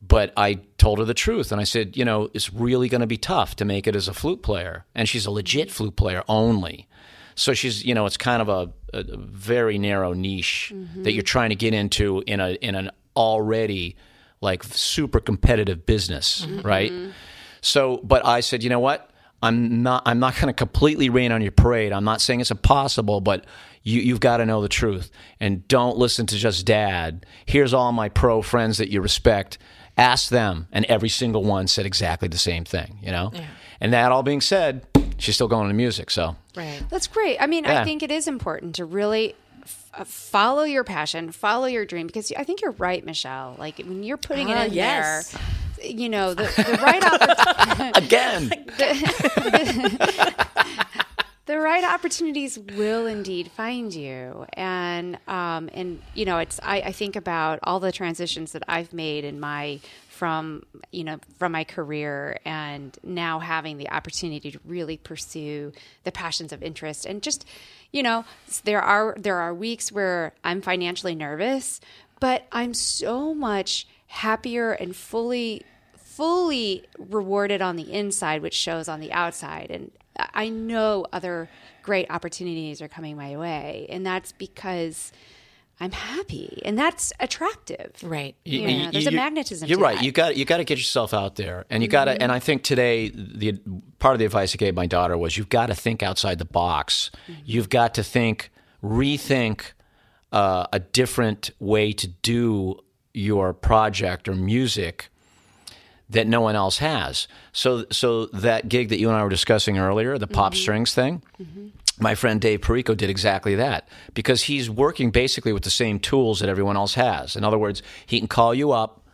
C: but I told her the truth, and I said, you know, it's really going to be tough to make it as a flute player, and she's a legit flute player only. So she's, you know, it's kind of a, a a very narrow niche that you're trying to get into in a in an already like super competitive business, right? So, but I said, you know what? I'm not. I'm not going to completely rain on your parade. I'm not saying it's impossible, but you, you've got to know the truth and don't listen to just dad. Here's all my pro friends that you respect. Ask them, and every single one said exactly the same thing. You know. And that all being said, she's still going to music. So
A: Right.
B: That's great. I mean,
C: Yeah.
B: I think it is important to really f- uh, follow your passion, follow your dream, because I think you're right, Michelle. Like when you're putting
A: Ah,
B: it in
A: yes.
B: there, you know, the, the right oppor-
C: again,
B: the right opportunities will indeed find you. And um, and you know, it's I, I think about all the transitions that I've made in my from you know from my career and now having the opportunity to really pursue the passions of interest and just you know there are there are weeks where I'm financially nervous but I'm so much happier and fully fully rewarded on the inside, which shows on the outside. And I know other great opportunities are coming my way. And that's because I'm happy and that's attractive.
A: Right.
B: You know, there's a magnetism.
C: You're
B: to
C: right.
B: that. Mm-hmm.
C: You got you got to get yourself out there, and you got to. And I think today, the part of the advice I gave my daughter was you've got to think outside the box.
B: Mm-hmm.
C: You've got to think, rethink uh, a different way to do your project or music that no one else has. So so that gig that you and I were discussing earlier, the pop
B: Mm-hmm.
C: strings thing. My friend Dave Perico did exactly that because he's working basically with the same tools that everyone else has. In other words, he can call you up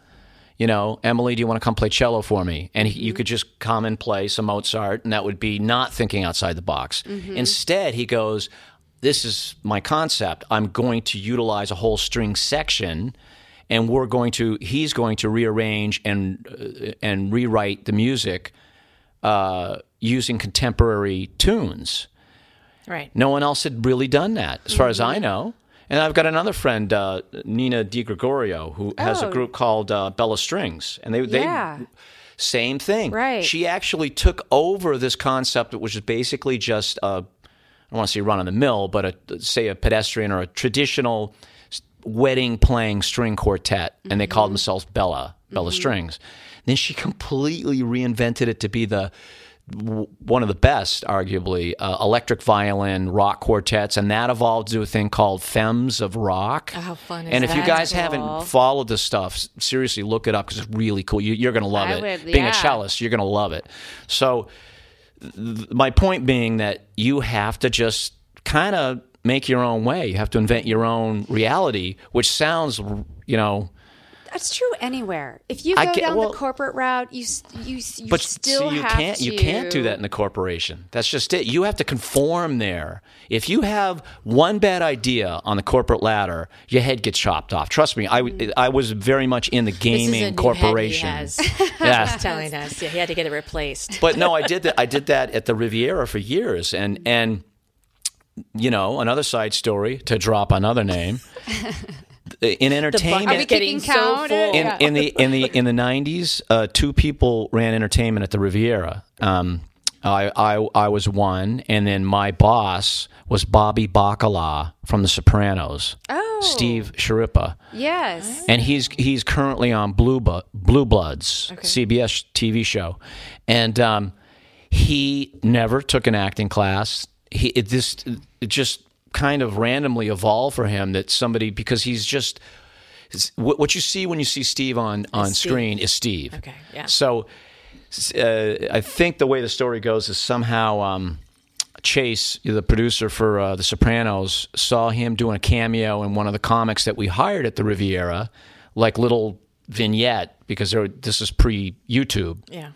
C: you know, Emily, do you want to come play cello for me? And he, you could just come and play some Mozart, and that would be not thinking outside the box. Instead, he goes, This is my concept. I'm going to utilize a whole string section and we're going to he's going to rearrange and uh, and rewrite the music uh, using contemporary tunes.
A: Right.
C: No one else had really done that, as far as
B: Mm-hmm.
C: I know. And I've got another friend, uh, Nina Di Gregorio, who has a
B: Oh.
C: group called uh, Bella Strings, and they
B: Yeah.
C: they same thing.
B: Right.
C: She actually took over this concept, which is basically just a, I don't want to say run of the mill, but a, say a pedestrian or a traditional s- wedding playing string quartet, and they
A: Mm-hmm.
C: called themselves Bella, Bella Strings. Then she completely reinvented it to be the w- one of the best, arguably, uh, electric violin rock quartets, and that evolved to a thing called Femmes of Rock.
A: Oh, How fun is
C: And if you
A: that?
C: guys
A: That's
C: haven't
B: cool.
C: followed this stuff, s- seriously, look it up because it's really cool. You, you're going to love
B: I
C: it.
B: would,
C: Being a
B: yeah.
C: cellist, you're going to love it. So, th- my point being that you have to just kind of make your own way. You have to invent your own reality, which sounds, you know,
B: That's true anywhere. If you
C: I
B: go
C: get-
B: down
C: well-
B: the corporate route, you s- you s- you
C: but
B: still
C: see, you
B: have
C: can't
B: to.
C: you can't do that in the corporation. That's just it. You have to conform there. If you have one bad idea on the corporate ladder, your head gets chopped off. Trust me, I,
B: Mm.
C: w- I was very much in the
A: This is a
C: gaming
A: new
C: corporation.
A: head he has.
C: Yeah.
A: He's telling us. Yeah, he had to get it replaced.
C: but no, I did that. I did that at the Riviera for years, and and you know another side story to drop another name in
A: bucket's
B: Are we
C: entertainment.
B: keeping
A: getting so
B: count?
A: full.
C: In,
B: Yeah.
C: in the in the in the nineties, uh, two people ran entertainment at the Riviera. Um, I, I I was one, and then my boss was Bobby Bacala from The Sopranos.
B: Oh.
C: Steve Sharippa
B: Yes.
C: Mm-hmm. and he's he's currently on Blue Bu- Blue Bloods CBS TV show, and um, he never took an acting class. He it just it just kind of randomly evolved for him that somebody because he's just it's- what what you see when you see Steve on on
A: Steve.
C: screen is Steve.
A: Okay, yeah.
C: So s- uh, I think the way the story goes is somehow. Um, Chase, the producer for uh, The Sopranos, saw him doing a cameo in one of the comics that we hired at the Riviera, like little vignette because there, this is pre YouTube.
A: Yeah.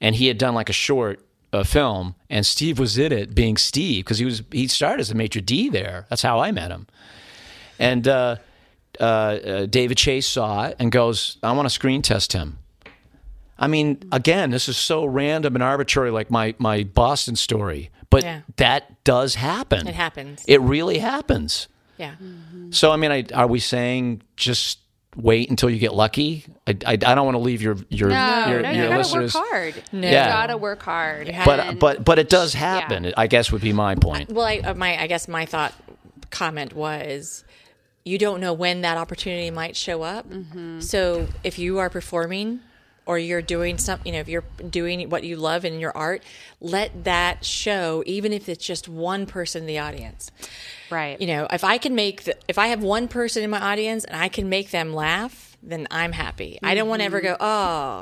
C: And he had done like a short uh, film, and Steve was in it, being Steve, because he was he started as a major D there. That's how I met him. And uh, uh, uh, David Chase saw it and goes, "I want to screen test him." I mean, again, this is so random and arbitrary, like my my Boston story, but
A: Yeah.
C: that does happen.
A: It happens.
C: It really happens.
A: Yeah.
C: So, I mean, I, are we saying just wait until you get lucky? I, I, I don't want to leave your your
B: No,
C: your,
B: Oh, no,
C: your
B: you gotta
C: listeners,
B: work hard.
A: No.
B: You
C: Yeah.
B: gotta work hard.
C: but
B: And-
C: but but it does happen. I guess would be my point.
A: Well, I, uh, my I guess my thought comment was you don't know when that opportunity might show up.
C: Mm-hmm.
A: So if you are performing or you're doing something, you know, if you're doing what you love in your art, let that show, even if it's just one person in the audience.
B: right.
A: You know, if I can make, the, if I have one person in my audience and I can make them laugh, then I'm happy. I don't want to ever go, oh,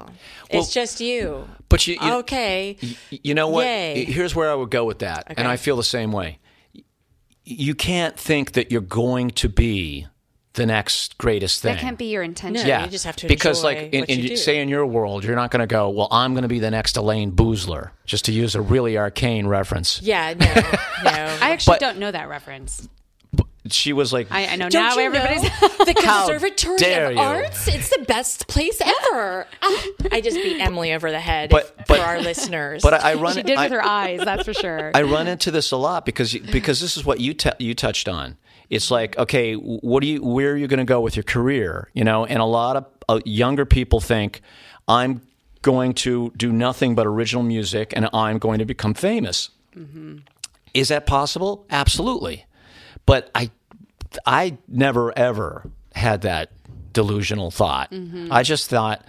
C: Mm-hmm. Well,
A: it's just you.
C: But you, you
A: okay.
C: Y- You know what?
A: Yay.
C: Here's where I would go with that, and I feel the same way. Y- You can't think that you're going to be the next greatest thing.
B: That can't be your intention.
A: No.
C: yeah,
A: You just have to
C: because,
A: enjoy
C: like, in,
A: what
C: in,
A: you do.
C: say in your world, you're not going to go. Well, I'm going to be the next Elaine Boozler, just to use a really arcane reference.
A: Yeah, no, no.
B: I actually
C: But-
B: don't know that reference.
C: She was like,
B: I, I know
A: Don't
B: now
A: you
B: everybody's
A: know the
C: How
A: Conservatory
C: dare
A: of
C: you.
A: Arts? It's the best place ever. Um, I just beat Emily over the head
C: But-
A: if-
C: but-
A: for our listeners.
C: but I, I run.
B: she did
C: I-
B: with her eyes, that's for sure.
C: I run into this a lot because because this is what you t- you touched on. It's like okay, what do you where are you going to go with your career? You know, and a lot of uh, younger people think I'm going to do nothing but original music and I'm going to become famous. Is that possible? Absolutely, but I I never ever had that delusional thought. I just thought,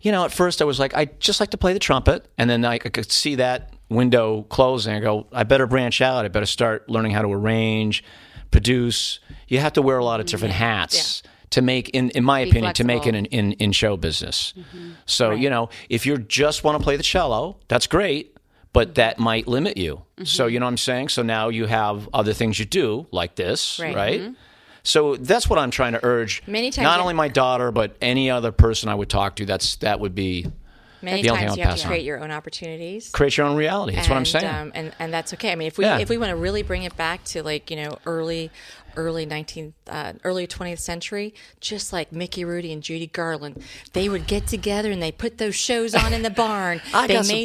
C: you know, at first I was like, I just like to play the trumpet, and then I, I could see that window closing. I go, I better branch out. I better start learning how to arrange, produce. You have to wear a lot of different hats. To make, in, in my opinion, to make it
B: flexible.
C: in, in, in show business. So, you know, if you just want to play the cello, that's great,
A: Mm-hmm.
C: but that might limit you. So, you know what I'm saying? So now you have other things you do, like this, right?
A: Right. Mm-hmm.
C: So that's what I'm trying to urge.
A: Many times
C: not
A: I-
C: only my daughter, but any other person I would talk to. That's that would be
A: Many
C: The only
A: times
C: thing
A: you
C: I'll
A: have
C: pass
A: to
C: on.
A: create your own opportunities.
C: Create your own reality. That's what I'm
A: And,
C: saying.
A: um, and and that's okay. I mean, if we
C: Yeah.
A: if we want to really bring it back to like you know early early nineteenth uh, early twentieth century, just like Mickey Rooney and Judy Garland, they would get together and they put those shows on in the barn.
C: I
A: they
C: got some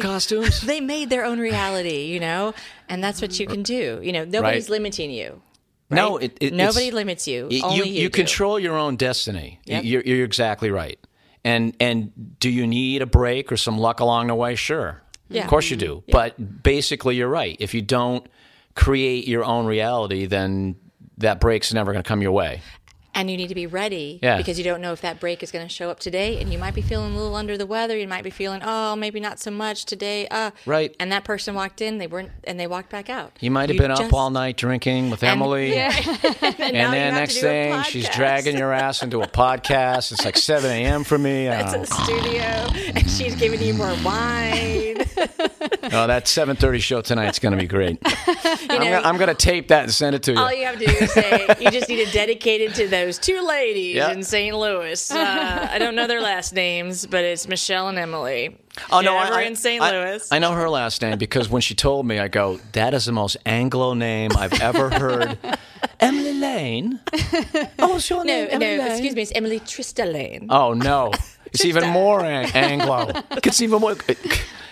C: costumes.
A: They made their own reality, you know, and that's what you can do. You know, nobody's
C: Right.
A: limiting you.
C: No,
A: right?
C: it, it,
A: nobody
C: it's-
A: limits you.
C: Y-
A: Only
C: you,
A: you do.
C: control your own destiny. Y-
A: Yep.
C: You're, you're exactly right. And and do you need a break or some luck along the way? Sure,
A: Yeah.
C: of course you do. But basically, you're right. If you don't create your own reality, then that break's never going to come your way.
A: and you need to be ready
C: Yeah.
A: because you don't know if that break is going to show up today and you might be feeling a little under the weather you might be feeling oh maybe not so much today uh
C: Right.
A: and that person walked in they weren't and they walked back out
C: You might have been up all night drinking with Emily,
A: and,
C: and
A: now you have
C: then
A: to
C: next
A: do a
C: thing she's
A: podcast.
C: dragging your ass into a podcast. It's like 7 a.m. for me.
A: it's
C: Oh,
A: a studio and she's giving you more wine
C: no, oh, that 7:30 show tonight's going to be great. I'm gonna- I'm going to tape that and send it to you.
A: all you have to do is say you just need to dedicate it to those two ladies
C: Yeah.
A: in st louis uh, i don't know their last names but it's michelle and emily
C: Oh no,
A: Forever
C: I,
A: in St.
C: I-
A: Louis.
C: I know her last name because when she told me, I go, "That is the most Anglo name I've ever heard." Emily Lane. Oh, what's your
A: no
C: name? Emily
A: Uh, no
C: Lane?
A: excuse me it's emily tristalane
C: Oh no, it's even more an- Anglo. It's even more.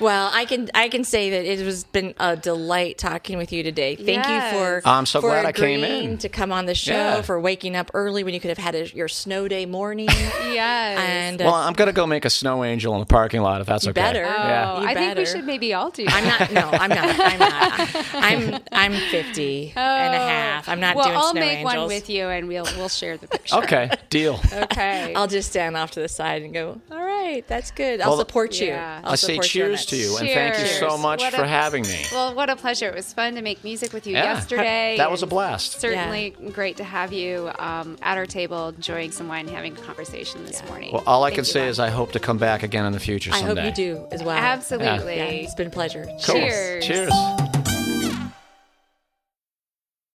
A: Well, I can I can say that it has been a delight talking with you today. Thank
B: Yes.
A: you for
C: I'm so
A: for
C: glad I came
A: agreeing
C: in.
A: to come on the show
C: Yeah.
A: for waking up early when you could have had a, your snow day morning.
B: Yes.
A: and uh,
C: Well, I'm gonna go make a snow angel in the parking lot if that's okay.
A: better.
B: Oh,
C: Yeah.
A: You
B: I think we
A: better.
B: should maybe all do.
A: I'm not. No, I'm not. I'm not. I'm I'm 50 and a half. I'm not
B: Oh. well,
A: doing
B: I'll
A: snow
B: make one
A: angels.
B: with you, and we'll we'll share the
A: Oh,
B: picture.
C: Okay, deal.
B: Okay.
A: I'll just stand off to the side and go. All right, that's good. I'll
C: Well,
A: support you.
B: Yeah.
A: I'll
C: I say
A: support you on
C: cheers
A: that.
C: to you and thank you so
B: Cheers.
C: much
B: What
C: for
B: a-
C: having me.
B: Well, what a pleasure! It was fun to make music with you
C: Yeah.
B: yesterday.
C: That was a
B: and
C: blast.
B: Certainly great to have you um, at our table, enjoying some wine, and having a conversation this morning.
C: Well, all I
B: Thank
C: can
B: you,
C: say
B: Bob.
C: is I hope to come back again in the future
A: I
C: someday.
A: hope you do as well.
B: absolutely.
A: Yeah, it's been a pleasure.
C: Cool.
B: Cheers.
C: Cheers.